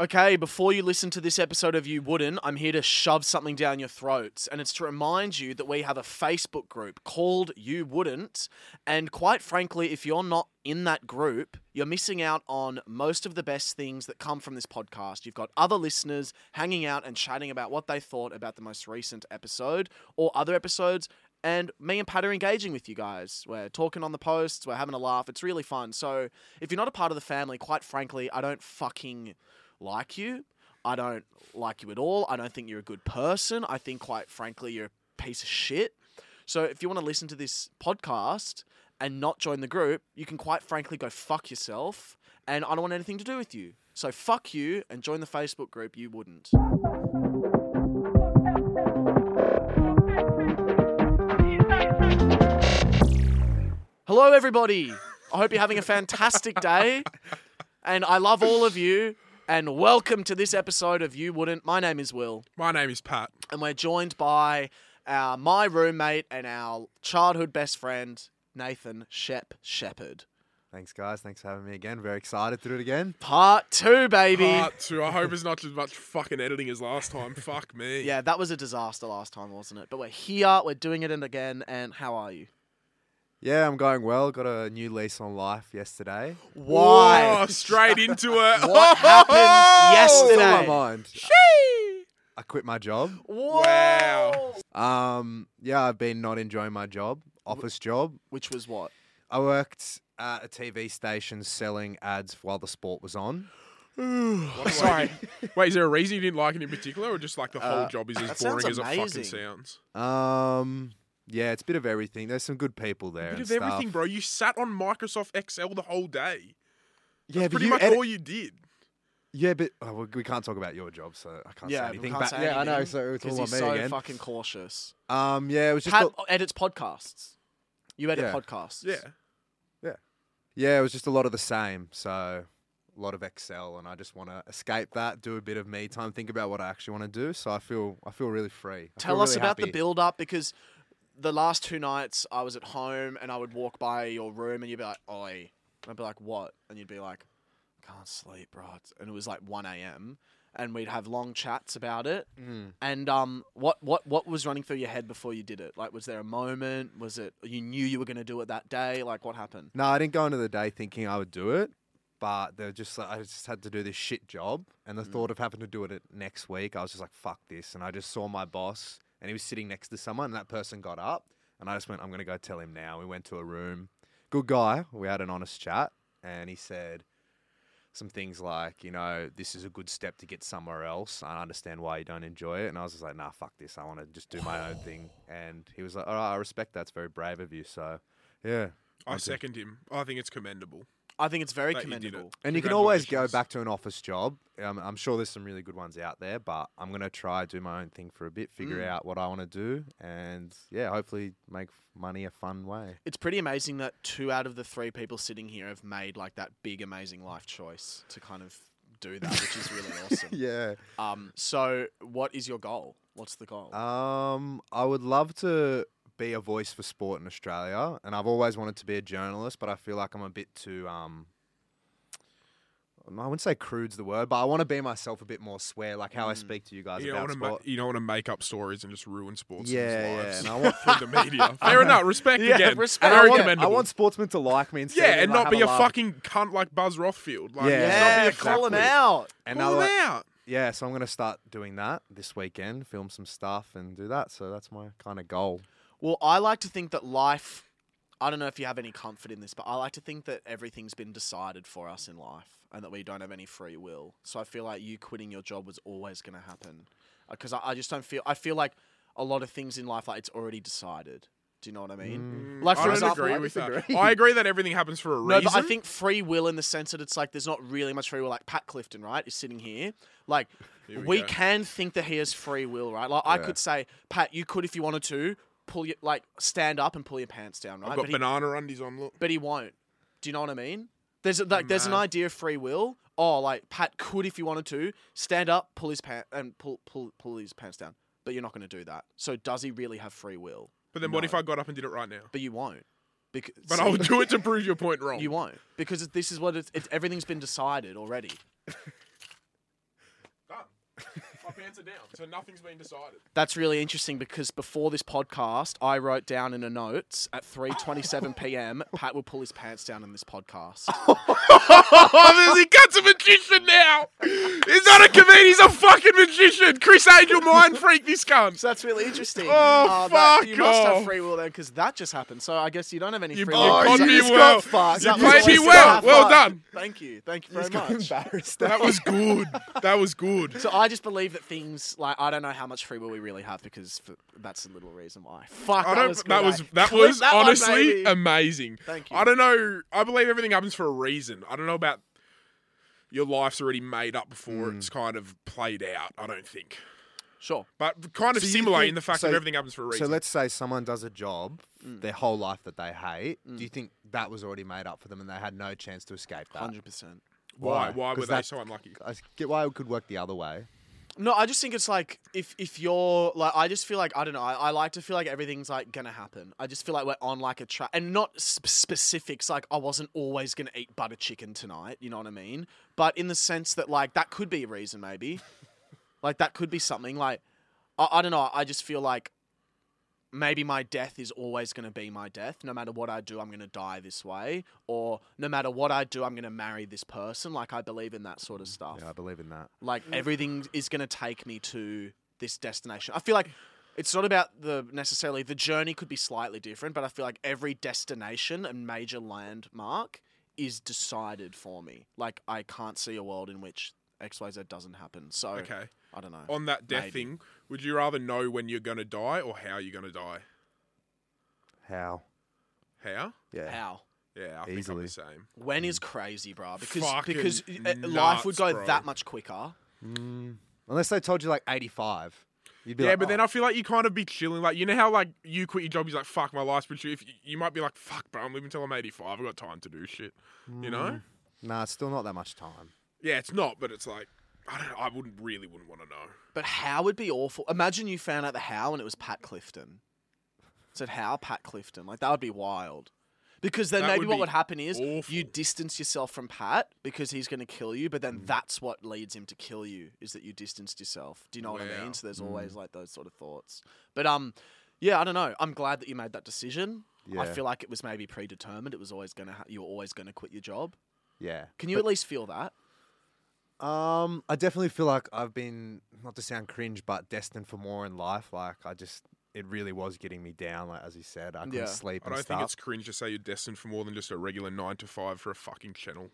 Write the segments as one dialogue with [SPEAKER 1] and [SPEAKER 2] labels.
[SPEAKER 1] Okay, before you listen to this episode of You Wouldn't, I'm here to shove something down your throats. And it's to remind you that we have a Facebook group called You Wouldn't. And quite frankly, if you're not in that group, you're missing out on most of the best things that come from this podcast. You've got other listeners hanging out and chatting about what they thought about the most recent episode or other episodes. And me and Pat are engaging with you guys. We're talking on the posts, we're having a laugh. It's really fun. So if you're not a part of the family, quite frankly, I don't fucking like you. I don't like you at all. I don't think you're a good person. I think, quite frankly, you're a piece of shit. So if you want to listen to this podcast and not join the group, you can quite frankly go fuck yourself. And I don't want anything to do with you. So fuck you and join the Facebook group. You wouldn't. Hello, everybody. I hope you're having a fantastic day. And I love all of you. And welcome to this episode of You Wouldn't. My name is Will,
[SPEAKER 2] My name is Pat.
[SPEAKER 1] and we're joined by our, my roommate and our childhood best friend, Nathan Shep Shepherd.
[SPEAKER 3] Thanks, guys. Thanks for having me again. Very excited to do it again.
[SPEAKER 1] Part two, baby.
[SPEAKER 2] Part two. I hope it's not as much fucking editing as last time. Fuck me.
[SPEAKER 1] yeah, that was a disaster last time, wasn't it? But we're here, we're doing it and again. And how are you?
[SPEAKER 3] Yeah, I'm going well. Got a new lease on life yesterday.
[SPEAKER 2] Whoa, straight into it.
[SPEAKER 1] What happened
[SPEAKER 3] Still
[SPEAKER 1] yesterday?
[SPEAKER 3] on my mind. I quit my job.
[SPEAKER 1] Whoa.
[SPEAKER 2] Wow.
[SPEAKER 3] Um, yeah, I've been not enjoying my job, office job.
[SPEAKER 1] Which was what?
[SPEAKER 3] I worked at a TV station selling ads while the sport was on.
[SPEAKER 2] What a way-
[SPEAKER 1] Sorry.
[SPEAKER 2] Wait, is there a reason you didn't like it in particular, or just like the whole
[SPEAKER 1] Uh,
[SPEAKER 2] job is
[SPEAKER 1] that
[SPEAKER 2] as
[SPEAKER 1] sounds
[SPEAKER 2] boring as it fucking
[SPEAKER 1] amazing.
[SPEAKER 2] sounds?
[SPEAKER 3] Um, yeah, it's a bit of everything. There's some good people there.
[SPEAKER 2] Bit
[SPEAKER 3] and
[SPEAKER 2] of everything,
[SPEAKER 3] stuff.
[SPEAKER 2] bro. You sat on Microsoft Excel the whole day.
[SPEAKER 3] Yeah, but
[SPEAKER 2] Pretty
[SPEAKER 3] you
[SPEAKER 2] much
[SPEAKER 3] edit-
[SPEAKER 2] all you did.
[SPEAKER 3] yeah, but oh, we- we can't talk about your job, so I can't
[SPEAKER 1] Yeah,
[SPEAKER 3] say
[SPEAKER 1] we
[SPEAKER 3] anything.
[SPEAKER 1] can't
[SPEAKER 3] but-
[SPEAKER 1] say
[SPEAKER 3] yeah, I know.
[SPEAKER 1] anything
[SPEAKER 3] So it's
[SPEAKER 1] Because
[SPEAKER 3] all on
[SPEAKER 1] he's
[SPEAKER 3] me
[SPEAKER 1] so
[SPEAKER 3] again.
[SPEAKER 1] fucking cautious.
[SPEAKER 3] um, yeah, it was just
[SPEAKER 1] Pat
[SPEAKER 3] a-
[SPEAKER 1] edits podcasts. You edit
[SPEAKER 3] Yeah.
[SPEAKER 1] podcasts.
[SPEAKER 2] Yeah.
[SPEAKER 3] Yeah, it was just a lot of the same. So a lot of Excel, and I just want to escape that, do a bit of me time, think about what I actually want to do. So I feel I feel really free. I
[SPEAKER 1] Tell
[SPEAKER 3] feel
[SPEAKER 1] us
[SPEAKER 3] really
[SPEAKER 1] about the
[SPEAKER 3] happy.
[SPEAKER 1] build up because the last two nights I was at home and I would walk by your room and you'd be like, Oi. And I'd be like, What? And you'd be like, I can't sleep, bro. It's- And it was like 1 a.m. And we'd have long chats about it.
[SPEAKER 3] Mm.
[SPEAKER 1] And um, what, what, what was running through your head before you did it? Like, was there a moment? Was it you knew you were going to do it that day? Like, what happened?
[SPEAKER 3] No, I didn't go into the day thinking I would do it, but they're just like, I just had to do this shit job, and the thought of having to do it at- next week, I was just like, fuck this. And I just saw my boss, and he was sitting next to someone, and that person got up, and I just went, I'm gonna go tell him now. We went to a room. Good guy. We had an honest chat, and he said. Some things like, you know, this is a good step to get somewhere else. I understand why you don't enjoy it. And I was just like, nah, fuck this. I want to just do my own thing. And he was like, all right, I respect that. It's very brave of you. So, yeah.
[SPEAKER 2] I
[SPEAKER 3] Okay.
[SPEAKER 2] second him. I think it's commendable.
[SPEAKER 1] I think it's very
[SPEAKER 2] That you did it.
[SPEAKER 1] commendable.
[SPEAKER 3] And you can always go
[SPEAKER 2] Congratulations.
[SPEAKER 3] back to an office job. Um, I'm sure there's some really good ones out there, but I'm going to try do my own thing for a bit, figure
[SPEAKER 1] Mm.
[SPEAKER 3] out what I want to do, and yeah, hopefully make f- money a fun way.
[SPEAKER 1] It's pretty amazing that two out of the three people sitting here have made like that big, amazing life choice to kind of do that, which is really awesome.
[SPEAKER 3] Yeah.
[SPEAKER 1] Um, so, what is your goal? What's the goal?
[SPEAKER 3] Um, I would love to be a voice for sport in Australia, and I've always wanted to be a journalist, but I feel like I'm a bit too um. I wouldn't say crude's the word, but I want to be myself a bit more swear, like how I
[SPEAKER 1] Mm.
[SPEAKER 3] speak to you guys
[SPEAKER 2] You don't,
[SPEAKER 3] about
[SPEAKER 2] want to
[SPEAKER 3] sport.
[SPEAKER 2] ma- you don't want to make up stories and just ruin sports
[SPEAKER 3] Yeah, yeah,
[SPEAKER 2] lives
[SPEAKER 3] and I want-
[SPEAKER 2] from the media. Fair enough. Respect
[SPEAKER 1] Yeah,
[SPEAKER 2] again.
[SPEAKER 1] respect.
[SPEAKER 3] And
[SPEAKER 2] Very
[SPEAKER 3] I want, I
[SPEAKER 2] commendable.
[SPEAKER 3] want sportsmen to like me instead.
[SPEAKER 2] Yeah,
[SPEAKER 3] of,
[SPEAKER 2] and
[SPEAKER 3] like,
[SPEAKER 2] not
[SPEAKER 3] have
[SPEAKER 2] be a
[SPEAKER 3] laugh.
[SPEAKER 2] fucking cunt like Buzz Rothfield. Like,
[SPEAKER 3] Yeah.
[SPEAKER 2] let's
[SPEAKER 1] yeah,
[SPEAKER 2] not be a
[SPEAKER 1] call
[SPEAKER 2] cunt.
[SPEAKER 1] them out.
[SPEAKER 2] Call
[SPEAKER 3] I
[SPEAKER 2] him
[SPEAKER 3] like-
[SPEAKER 2] out.
[SPEAKER 3] yeah, so I'm gonna start doing that this weekend, film some stuff and do that. So that's my kind of goal.
[SPEAKER 1] Well, I like to think that life. I don't know if you have any comfort in this, but I like to think that everything's been decided for us in life and that we don't have any free will. So I feel like you quitting your job was always going to happen because I, I just don't feel. I feel like a lot of things in life, like it's already decided. Do you know what I mean?
[SPEAKER 2] Mm.
[SPEAKER 3] Mm.
[SPEAKER 1] Like,
[SPEAKER 2] I
[SPEAKER 1] for
[SPEAKER 2] don't
[SPEAKER 1] example,
[SPEAKER 2] agree
[SPEAKER 1] I
[SPEAKER 2] with that.
[SPEAKER 3] disagree.
[SPEAKER 2] I agree that everything happens for a
[SPEAKER 1] No,
[SPEAKER 2] reason.
[SPEAKER 1] but I think free will in the sense that it's like there's not really much free will. Like Pat Clifton, right, is sitting here. Like
[SPEAKER 2] Here
[SPEAKER 1] we,
[SPEAKER 2] we go.
[SPEAKER 1] can think that he has free will, right? Like I
[SPEAKER 3] Yeah.
[SPEAKER 1] could say, Pat, you could if you wanted to pull your like stand up and pull your pants down, right?
[SPEAKER 2] I've
[SPEAKER 1] But
[SPEAKER 2] got
[SPEAKER 1] he,
[SPEAKER 2] banana undies on. Look,
[SPEAKER 1] but he won't. Do you know what I mean? There's a- like there's an
[SPEAKER 2] man.
[SPEAKER 1] idea of free will. Oh, like Pat could if you wanted to stand up, pull his pants and pull pull pull his pants down. But you're not going to do that. So does he really have free will?
[SPEAKER 2] but then what
[SPEAKER 1] No.
[SPEAKER 2] if I got up and did it right now?
[SPEAKER 1] But you won't. Because
[SPEAKER 2] But I would do it to prove your point wrong.
[SPEAKER 1] you won't because it- this is what it's, it's everything's been decided already.
[SPEAKER 2] answer down. So nothing's been decided.
[SPEAKER 1] That's really interesting because before this podcast, I wrote down in a notes at 3:27 p.m. Pat will pull his pants down in this podcast.
[SPEAKER 2] Oh, there's, he cuts a magician now. He's not a comedian. He's a fucking magician. Chris Angel, mind freak. This cunt.
[SPEAKER 1] So that's really interesting. Uh,
[SPEAKER 2] Oh,
[SPEAKER 1] that-
[SPEAKER 2] fuck
[SPEAKER 1] You must have
[SPEAKER 2] off.
[SPEAKER 1] free will then, because that just happened. So I guess you don't have any
[SPEAKER 2] You
[SPEAKER 1] free
[SPEAKER 2] Oh,
[SPEAKER 1] will.
[SPEAKER 2] conned
[SPEAKER 1] So
[SPEAKER 2] me
[SPEAKER 1] just
[SPEAKER 2] well.
[SPEAKER 1] got fucked.
[SPEAKER 2] You
[SPEAKER 1] That was
[SPEAKER 2] played me
[SPEAKER 1] awesome.
[SPEAKER 2] well.
[SPEAKER 1] High
[SPEAKER 2] Well
[SPEAKER 1] five.
[SPEAKER 2] done.
[SPEAKER 1] Thank you. Thank you
[SPEAKER 3] He's
[SPEAKER 1] very
[SPEAKER 3] got
[SPEAKER 1] much.
[SPEAKER 3] embarrassed.
[SPEAKER 2] That was good. That was good.
[SPEAKER 1] So I just believe that things like I don't know how much free will we really have because f that's a little reason why. Fuck, that
[SPEAKER 2] I don't.
[SPEAKER 1] was, good,
[SPEAKER 2] that
[SPEAKER 1] eh?
[SPEAKER 2] was that
[SPEAKER 1] Clip
[SPEAKER 2] was
[SPEAKER 1] one,
[SPEAKER 2] honestly
[SPEAKER 1] baby.
[SPEAKER 2] amazing.
[SPEAKER 1] Thank you.
[SPEAKER 2] I don't know. I believe everything happens for a reason. I don't know about your life's already made up before
[SPEAKER 1] Mm.
[SPEAKER 2] it's kind of played out. I don't think,
[SPEAKER 1] sure.
[SPEAKER 2] but kind of
[SPEAKER 3] So you
[SPEAKER 2] similar
[SPEAKER 3] think-
[SPEAKER 2] in the fact
[SPEAKER 3] so-
[SPEAKER 2] that everything happens for a
[SPEAKER 3] So
[SPEAKER 2] reason. Mm.
[SPEAKER 3] let's say someone does a job their whole life that they hate. Do you think that was already made up for them and they had no chance to escape that?
[SPEAKER 1] Hundred percent.
[SPEAKER 2] why? Why were
[SPEAKER 3] 'Cause
[SPEAKER 2] they
[SPEAKER 3] that-
[SPEAKER 2] so unlucky?
[SPEAKER 3] I get why it could work the other way.
[SPEAKER 1] No, I just think it's like if if you're like I just feel like I don't know. I, I like to feel like everything's like gonna happen. I just feel like we're on like a track and not sp- specifics. Like I wasn't always gonna eat butter chicken tonight. You know what I mean? But in the sense that like that could be a reason maybe. like that could be something. Like I, I don't know. I just feel like maybe my death is always going to be my death. No matter what I do, I'm going to die this way. Or no matter what I do, I'm going to marry this person. Like I believe in that sort of stuff
[SPEAKER 3] Mm. Yeah, I believe in that.
[SPEAKER 1] like
[SPEAKER 2] Mm.
[SPEAKER 1] everything is going to take me to this destination. I feel like it's not about the necessarily the journey could be slightly different, but I feel like every destination and major landmark is decided for me. Like I can't see a world in which XYZ doesn't happen. So
[SPEAKER 2] Okay. Oh,
[SPEAKER 1] I don't know.
[SPEAKER 2] On that death
[SPEAKER 1] Maybe.
[SPEAKER 2] thing, would you rather know when you're gonna die or how you're gonna die?
[SPEAKER 3] How?
[SPEAKER 2] How?
[SPEAKER 3] Yeah.
[SPEAKER 1] How?
[SPEAKER 2] Yeah, I think I'm
[SPEAKER 3] Easily.
[SPEAKER 2] the same.
[SPEAKER 1] When is crazy, bruh? Because
[SPEAKER 2] Fucking
[SPEAKER 1] because uh, life would go
[SPEAKER 2] nuts, bro.
[SPEAKER 1] that much quicker.
[SPEAKER 3] Mm. Unless they told you like 85. You'd be
[SPEAKER 2] Yeah,
[SPEAKER 3] like,
[SPEAKER 2] but then
[SPEAKER 3] "Oh."
[SPEAKER 2] I feel like you kind of be chilling. Like you know how like you quit your job, you're like, "Fuck, my life's been shit." If you, you might be like, "Fuck, bro, I'm living till I'm 85. I've got time to do shit." You
[SPEAKER 3] Mm.
[SPEAKER 2] know?
[SPEAKER 3] Nah, it's still not that much time.
[SPEAKER 2] Yeah, it's not, but it's like I don't. I wouldn't really wouldn't want to know.
[SPEAKER 1] But how would be awful. Imagine you found out the how and it was Pat Clifton. It Said how Pat Clifton. Like that would be wild. Because then
[SPEAKER 2] That
[SPEAKER 1] maybe
[SPEAKER 2] would
[SPEAKER 1] what
[SPEAKER 2] be
[SPEAKER 1] would happen is
[SPEAKER 2] awful.
[SPEAKER 1] you distance yourself from Pat because he's going to kill you, but then
[SPEAKER 2] Mm.
[SPEAKER 1] that's what leads him to kill you is that you distanced yourself. Do you know what I
[SPEAKER 2] Wow. Mm.
[SPEAKER 1] mean? So there's always like those sort of thoughts. But um yeah, I don't know. I'm glad that you made that decision. I
[SPEAKER 3] Yeah.
[SPEAKER 1] feel like it was maybe predetermined. It was always going to ha- you were always going to quit your job.
[SPEAKER 3] Yeah.
[SPEAKER 1] Can you at least feel that?
[SPEAKER 3] Um, I definitely feel like I've been not to sound cringe, but destined for more in life. Like I just, it really was getting me down. Like as you said, I couldn't
[SPEAKER 1] Yeah.
[SPEAKER 3] sleep
[SPEAKER 2] I
[SPEAKER 3] and
[SPEAKER 2] don't
[SPEAKER 3] stuff.
[SPEAKER 2] think it's cringe to say you're destined for more than just a regular nine to five for a fucking channel.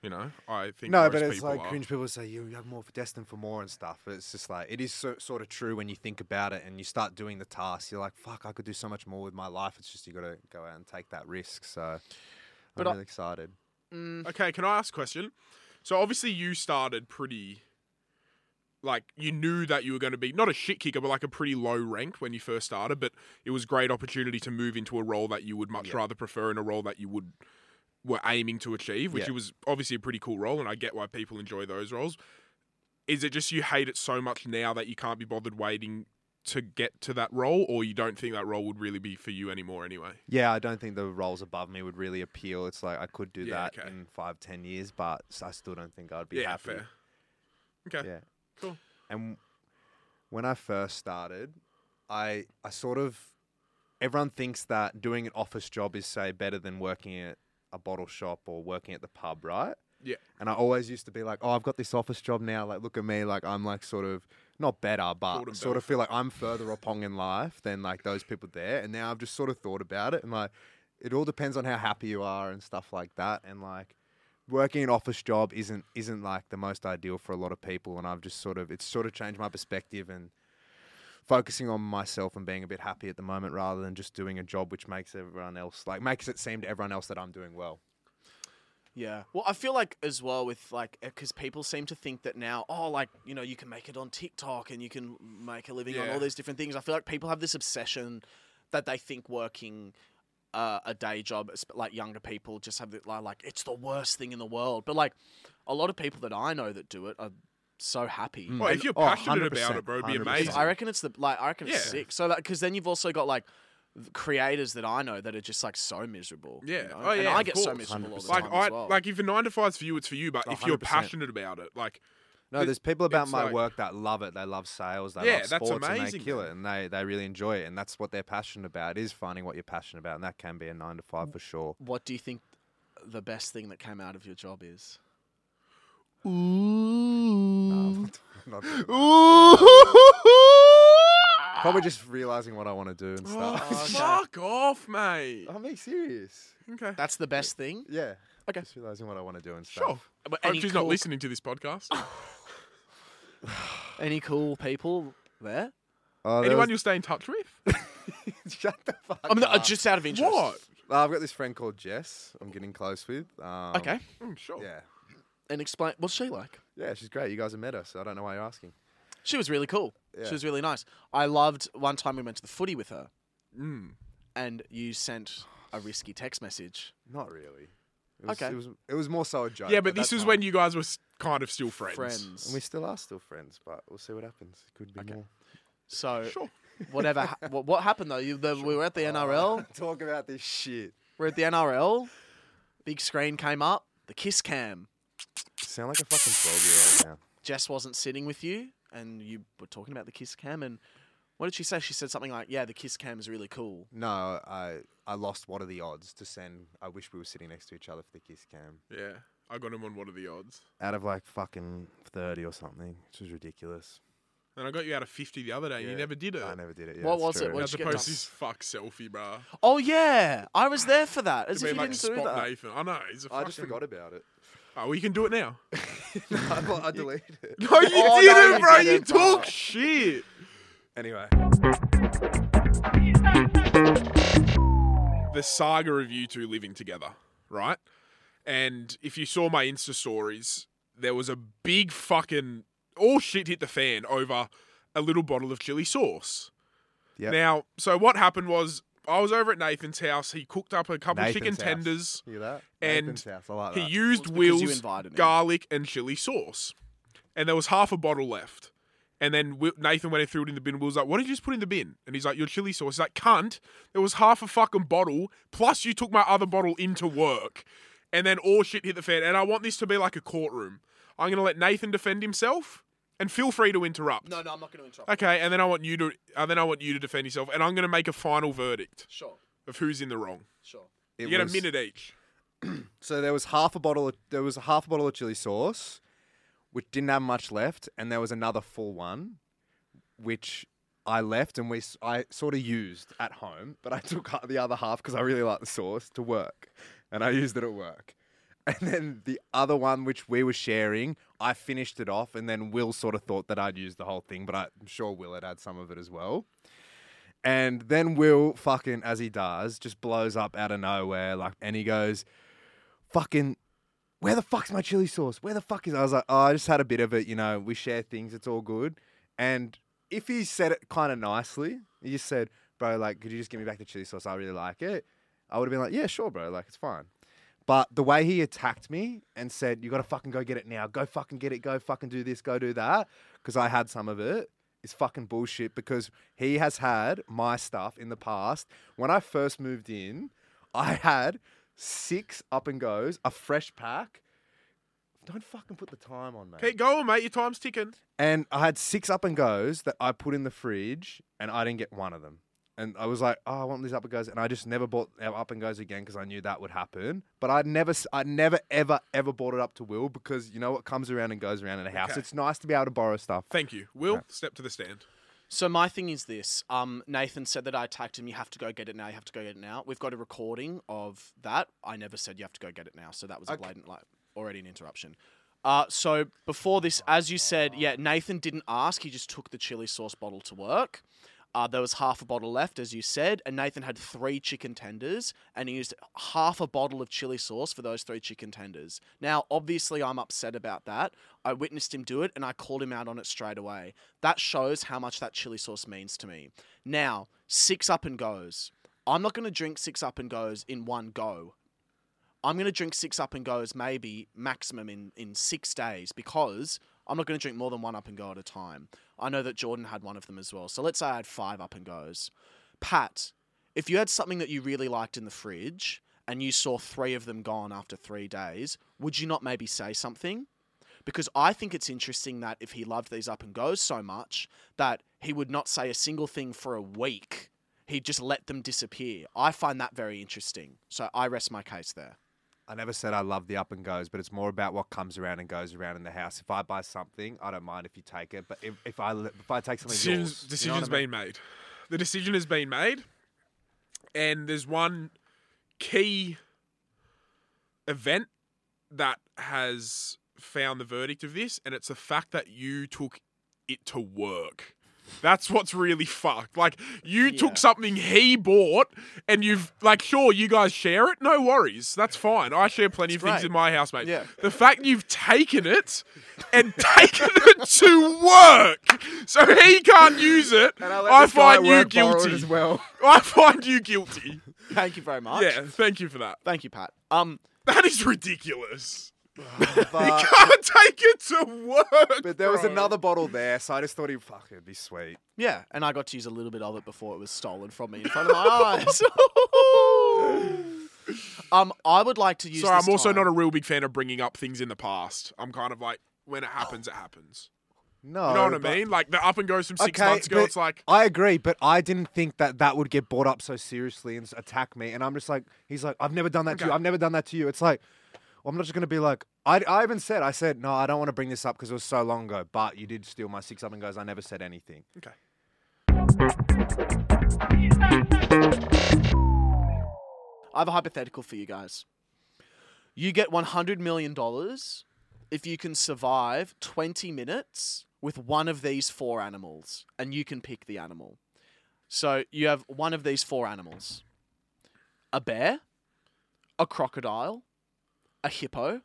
[SPEAKER 2] You know, I think
[SPEAKER 3] no,
[SPEAKER 2] most
[SPEAKER 3] but it's
[SPEAKER 2] people
[SPEAKER 3] like
[SPEAKER 2] are.
[SPEAKER 3] cringe. People say you have more for destined for more and stuff. But it's just like it is so, sort of true when you think about it and you start doing the task. You're like, fuck, I could do so much more with my life. It's just you got to go out and take that risk. So
[SPEAKER 1] But I-
[SPEAKER 3] I'm really excited.
[SPEAKER 2] Okay, can I ask a question? So obviously you started pretty like you knew that you were going to be not a shit kicker but like a pretty low rank when you first started, but it was great opportunity to move into a role that you would much rather prefer and a role that you would were aiming to achieve, which
[SPEAKER 3] Yeah.
[SPEAKER 2] it was obviously a pretty cool role and I get why people enjoy those roles. Is it just you hate it so much now that you can't be bothered waiting to get to that role or you don't think that role would really be for you anymore anyway?
[SPEAKER 3] Yeah, I don't think the roles above me would really appeal. It's like I could do
[SPEAKER 2] Yeah,
[SPEAKER 3] that
[SPEAKER 2] okay.
[SPEAKER 3] in five, ten years, but s- I still don't think I'd be
[SPEAKER 2] yeah,
[SPEAKER 3] happy.
[SPEAKER 2] fair. Okay.
[SPEAKER 3] Yeah.
[SPEAKER 2] Cool.
[SPEAKER 3] And when I first started, I I sort of everyone thinks that doing an office job is say better than working at a bottle shop or working at the pub, right?
[SPEAKER 2] Yeah.
[SPEAKER 3] And I always used to be like, "Oh, I've got this office job now. Like, look at me. Like, I'm like sort of not better, but
[SPEAKER 2] Gordon
[SPEAKER 3] sort of feel like I'm further along in life than like those people there." And now I've just sort of thought about it, and like, it all depends on how happy you are and stuff like that. And like, working an office job isn't isn't like the most ideal for a lot of people. And I've just sort of it's sort of changed my perspective and focusing on myself and being a bit happy at the moment rather than just doing a job which makes everyone else like makes it seem to everyone else that I'm doing well.
[SPEAKER 1] Yeah. Well, I feel like as well with like because people seem to think that now, oh, like you know, you can make it on TikTok and you can make a living on
[SPEAKER 2] Yeah.
[SPEAKER 1] all these different things. I feel like people have this obsession that they think working uh, a day job, esp- like younger people, just have the, like, like it's the worst thing in the world. But like a lot of people that I know that do it are so happy.
[SPEAKER 2] Well,
[SPEAKER 3] And-
[SPEAKER 2] if you're
[SPEAKER 3] oh,
[SPEAKER 2] passionate about
[SPEAKER 3] 100%,
[SPEAKER 2] it, bro, it'd be
[SPEAKER 3] 100%.
[SPEAKER 2] Hmm. amazing.
[SPEAKER 1] So I reckon it's the like I reckon it's
[SPEAKER 2] Yeah.
[SPEAKER 1] sick. So that because then you've also got like th- creators that I know that are just like so miserable. you
[SPEAKER 2] Yeah.
[SPEAKER 1] know?
[SPEAKER 2] Oh,
[SPEAKER 1] and
[SPEAKER 2] yeah,
[SPEAKER 1] I
[SPEAKER 2] of
[SPEAKER 1] get so
[SPEAKER 2] course.
[SPEAKER 1] miserable all the
[SPEAKER 2] like
[SPEAKER 1] time
[SPEAKER 2] I
[SPEAKER 1] as well.
[SPEAKER 2] like if a nine to five's for you, it's for you. But
[SPEAKER 3] Oh,
[SPEAKER 2] if you're
[SPEAKER 3] 100%.
[SPEAKER 2] passionate about it, like
[SPEAKER 3] No,
[SPEAKER 2] But
[SPEAKER 3] there's people about
[SPEAKER 2] it's
[SPEAKER 3] my
[SPEAKER 2] like-
[SPEAKER 3] work that love it. They love sales. They
[SPEAKER 2] Yeah,
[SPEAKER 3] love
[SPEAKER 2] that's
[SPEAKER 3] sports, and they
[SPEAKER 2] amazing,
[SPEAKER 3] kill
[SPEAKER 2] man.
[SPEAKER 3] it, and they they really enjoy it, and that's what they're passionate about. Is finding what you're passionate about, and that can be a nine to five for sure.
[SPEAKER 1] What do you think the best thing that came out of your job is?
[SPEAKER 3] Mm.
[SPEAKER 2] Ooh.
[SPEAKER 3] Um, Not doing that.
[SPEAKER 2] Ooh.
[SPEAKER 3] Probably just realizing what I want to do and
[SPEAKER 2] Oh,
[SPEAKER 3] stuff.
[SPEAKER 1] okay.
[SPEAKER 2] Fuck off, mate.
[SPEAKER 3] I'm being serious.
[SPEAKER 2] Okay.
[SPEAKER 1] That's the best thing.
[SPEAKER 3] Yeah.
[SPEAKER 1] Okay.
[SPEAKER 3] Just realizing what I want to do and stuff.
[SPEAKER 2] Sure.
[SPEAKER 1] But
[SPEAKER 2] Hope
[SPEAKER 1] Any
[SPEAKER 2] she's
[SPEAKER 1] cool, Oh,
[SPEAKER 2] not listening to this podcast.
[SPEAKER 1] Any cool people there?
[SPEAKER 3] Oh, there
[SPEAKER 2] Anyone
[SPEAKER 3] was-
[SPEAKER 2] you'll stay in touch with?
[SPEAKER 3] Shut the fuck
[SPEAKER 1] I'm
[SPEAKER 3] up.
[SPEAKER 1] uh, just out of interest.
[SPEAKER 2] Uh, what?
[SPEAKER 3] Uh, I've got this friend called Jess. I'm getting close with. Um,
[SPEAKER 1] Okay.
[SPEAKER 2] Mm, sure.
[SPEAKER 3] Yeah.
[SPEAKER 1] And explain what's she like?
[SPEAKER 3] Yeah, she's great. You guys have met her, so I don't know why you're asking.
[SPEAKER 1] She was really cool.
[SPEAKER 3] Yeah.
[SPEAKER 1] She was really nice. I loved one time we went to the footy with her,
[SPEAKER 2] Mm.
[SPEAKER 1] and you sent a risky text message.
[SPEAKER 3] Not really. It was,
[SPEAKER 1] Okay.
[SPEAKER 3] It was, it was more so a joke.
[SPEAKER 2] Yeah, but this
[SPEAKER 3] is
[SPEAKER 2] was when you guys were s- kind of still friends.
[SPEAKER 1] Friends.
[SPEAKER 3] And we still are still friends, but we'll see what happens. It could be more.
[SPEAKER 1] So
[SPEAKER 2] Sure.
[SPEAKER 1] whatever. ha- what, what happened though? You, the, we were at the NRL.
[SPEAKER 3] Talk about this shit.
[SPEAKER 1] We're at the NRL. Big screen came up. The kiss cam.
[SPEAKER 3] Sound like a fucking 12 year old now.
[SPEAKER 1] Jess wasn't sitting with you, and you were talking about the kiss cam. And what did she say? She said something like, "Yeah, the kiss cam is really cool."
[SPEAKER 3] No, I I lost what are the odds to send. I wish we were sitting next to each other for the kiss cam.
[SPEAKER 2] Yeah. I got him on what are the odds?
[SPEAKER 3] Out of like fucking 30 or something, which was ridiculous.
[SPEAKER 2] And I got you out of 50 the other day and you
[SPEAKER 3] Yeah.
[SPEAKER 2] never did it.
[SPEAKER 3] I never did it. Yeah,
[SPEAKER 1] What
[SPEAKER 3] it's
[SPEAKER 1] was it?
[SPEAKER 3] true.
[SPEAKER 1] What
[SPEAKER 2] Now
[SPEAKER 1] did you get
[SPEAKER 2] suppose
[SPEAKER 1] done?
[SPEAKER 2] this fuck selfie, bruh.
[SPEAKER 1] Oh yeah, I was there for that. As
[SPEAKER 2] It'd be
[SPEAKER 1] if you
[SPEAKER 2] like
[SPEAKER 1] didn't do
[SPEAKER 2] spot
[SPEAKER 1] that.
[SPEAKER 2] Nathan. I know. He's a
[SPEAKER 3] I
[SPEAKER 2] fucking...
[SPEAKER 3] just forgot about it.
[SPEAKER 2] Oh, well, you can do it now.
[SPEAKER 3] I, I deleted it.
[SPEAKER 2] No, you
[SPEAKER 1] no,
[SPEAKER 2] didn't,
[SPEAKER 1] you
[SPEAKER 2] bro. You
[SPEAKER 1] didn't, bruh.
[SPEAKER 2] talk shit.
[SPEAKER 3] Anyway.
[SPEAKER 2] the saga of you two living together, right? And if you saw my Insta stories, there was a big fucking all shit hit the fan over a little bottle of chili sauce.
[SPEAKER 3] Yep.
[SPEAKER 2] Now, so what happened was I was over at Nathan's house. He cooked up a couple chicken
[SPEAKER 3] Nathan's house.
[SPEAKER 2] tenders.
[SPEAKER 3] Hear that?
[SPEAKER 2] And
[SPEAKER 3] Nathan's house, I like
[SPEAKER 2] He
[SPEAKER 3] that.
[SPEAKER 2] used
[SPEAKER 1] Well, it's because you
[SPEAKER 2] Will's
[SPEAKER 1] invited him.
[SPEAKER 2] garlic and chili sauce, and there was half a bottle left. And then Will, Nathan went and threw it in the bin. Will's like, "What did you just put in the bin?" And he's like, "Your chili sauce." He's like, "Cunt! There was half a fucking bottle. Plus, you took my other bottle into work." And then all shit hit the fan. And I want this to be like a courtroom. I'm gonna let Nathan defend himself, and feel free to interrupt.
[SPEAKER 1] No, no, I'm not going to interrupt.
[SPEAKER 2] Okay, and then I want you to, and then I want you to defend yourself, and I'm gonna make a final verdict
[SPEAKER 1] Sure,
[SPEAKER 2] of who's in the wrong.
[SPEAKER 1] sure.
[SPEAKER 3] It
[SPEAKER 2] you get
[SPEAKER 3] was-
[SPEAKER 2] a minute each.
[SPEAKER 3] So there was half a bottle. Of, there was a half a bottle of chili sauce, which didn't have much left, and there was another full one, which I left and we s- I sort of used at home, but I took ha- the other half because I really like the sauce to work, and I used it at work. And then the other one, which we were sharing, I finished it off, and then Will sort of thought that I'd used the whole thing, but I'm sure Will had had some of it as well. And then Will fucking, as he does, just blows up out of nowhere, like, and he goes, fucking where the fuck's my chili sauce? Where the fuck is I was like, oh, I just had a bit of it, you know, we share things, it's all good. And if he said it kind of nicely, he just said, bro, like, could you just give me back the chili sauce? I really like it. I would have been like, yeah, sure, bro, like, it's fine. But the way he attacked me and said, you gotta fucking go get it now, go fucking get it, go fucking do this, go do that, because I had some of it, is fucking bullshit because he has had my stuff in the past. When I first moved in, I had six up and goes, a fresh pack. Don't fucking put the time on, mate.
[SPEAKER 2] Keep going, mate. Your time's ticking.
[SPEAKER 3] And I had six up and goes that I put in the fridge, and I didn't get one of them. And I was like, oh, I want these up and goes, and I just never bought up and goes again because I knew that would happen. But I never, s- I never, ever, ever bought it up to Will because you know what comes around and goes around in a house.
[SPEAKER 2] Okay.
[SPEAKER 3] It's nice to be able to borrow stuff.
[SPEAKER 2] Thank you, Will.
[SPEAKER 3] Yeah.
[SPEAKER 2] Step to the stand.
[SPEAKER 1] So my thing is this. Um, Nathan said that I attacked him. You have to go get it now. You have to go get it now. We've got a recording of that. I never said you have to go get it now. So that was a
[SPEAKER 3] Okay.
[SPEAKER 1] blatant, like, already an interruption. Uh, so before this, as you said, yeah, Nathan didn't ask. He just took the chili sauce bottle to work. Uh, there was half a bottle left, as you said, and Nathan had three chicken tenders, and he used half a bottle of chili sauce for those three chicken tenders. Now, obviously, I'm upset about that. I witnessed him do it, and I called him out on it straight away. That shows how much that chili sauce means to me. Now, six up and goes. I'm not going to drink six up and goes in one go. I'm going to drink six up and goes maybe maximum in, in six days because I'm not going to drink more than one up and go at a time. I know that Jordan had one of them as well. So let's say I had five up and goes. Pat, if you had something that you really liked in the fridge and you saw three of them gone after three days, would you not maybe say something? because I think it's interesting that if he loved these up and goes so much that he would not say a single thing for a week. He'd just let them disappear. I find that very interesting. So I rest my case there.
[SPEAKER 3] I never said I love the up and goes, but it's more about what comes around and goes around in the house. If I buy something, I don't mind if you take it, but if, if I li- if I take something,
[SPEAKER 2] Decisions,
[SPEAKER 3] yours, you know what
[SPEAKER 2] decision's
[SPEAKER 3] I
[SPEAKER 2] been
[SPEAKER 3] mean?
[SPEAKER 2] made. The decision has been made, and there's one key event that has found the verdict of this, and it's the fact that you took it to work. That's what's really fucked. Like you
[SPEAKER 1] Yeah.
[SPEAKER 2] took something he bought, and you've like, sure, you guys share it. No worries, that's fine. I share plenty of things
[SPEAKER 1] great.
[SPEAKER 2] in my house, mate.
[SPEAKER 1] Yeah.
[SPEAKER 2] The fact you've taken it and taken it to work, so he can't use it.
[SPEAKER 3] And
[SPEAKER 2] I,
[SPEAKER 3] let this guy at
[SPEAKER 2] find you
[SPEAKER 3] work borrow it
[SPEAKER 2] guilty.
[SPEAKER 3] as well.
[SPEAKER 2] I find you guilty.
[SPEAKER 1] Thank you very much.
[SPEAKER 2] Yeah, thank you for that.
[SPEAKER 1] Thank you, Pat. Um,
[SPEAKER 2] That is ridiculous.
[SPEAKER 3] But-
[SPEAKER 2] you can't take it to work.
[SPEAKER 3] Uh, But there was
[SPEAKER 2] bro.
[SPEAKER 3] another bottle there, so I just thought he fuck it'd be sweet.
[SPEAKER 1] yeah, and I got to use a little bit of it before it was stolen from me in front of my eyes. um, I would like to use.
[SPEAKER 2] Sorry,
[SPEAKER 1] this
[SPEAKER 2] I'm also
[SPEAKER 1] time-
[SPEAKER 2] not a real big fan of bringing up things in the past. I'm kind of like, when it happens, it happens.
[SPEAKER 3] No,
[SPEAKER 2] You know what
[SPEAKER 3] Oh, but-
[SPEAKER 2] I mean? Like the up and goes from six
[SPEAKER 3] Okay,
[SPEAKER 2] months ago.
[SPEAKER 3] but
[SPEAKER 2] It's like
[SPEAKER 3] I agree, but I didn't think that that would get brought up so seriously and s- attack me. And I'm just like, he's like, I've never done that to you.
[SPEAKER 2] Okay.
[SPEAKER 3] I've never done that to you. It's like, well, I'm not just gonna be like, I, I even said, I said, no, I don't want to bring this up because it was so long ago. But you did steal my six up and goes. I never said anything.
[SPEAKER 2] okay.
[SPEAKER 1] I have a hypothetical for you guys. You get $100 million if you can survive 20 minutes with one of these four animals, and you can pick the animal. So you have one of these four animals a bear, a crocodile, a hippo,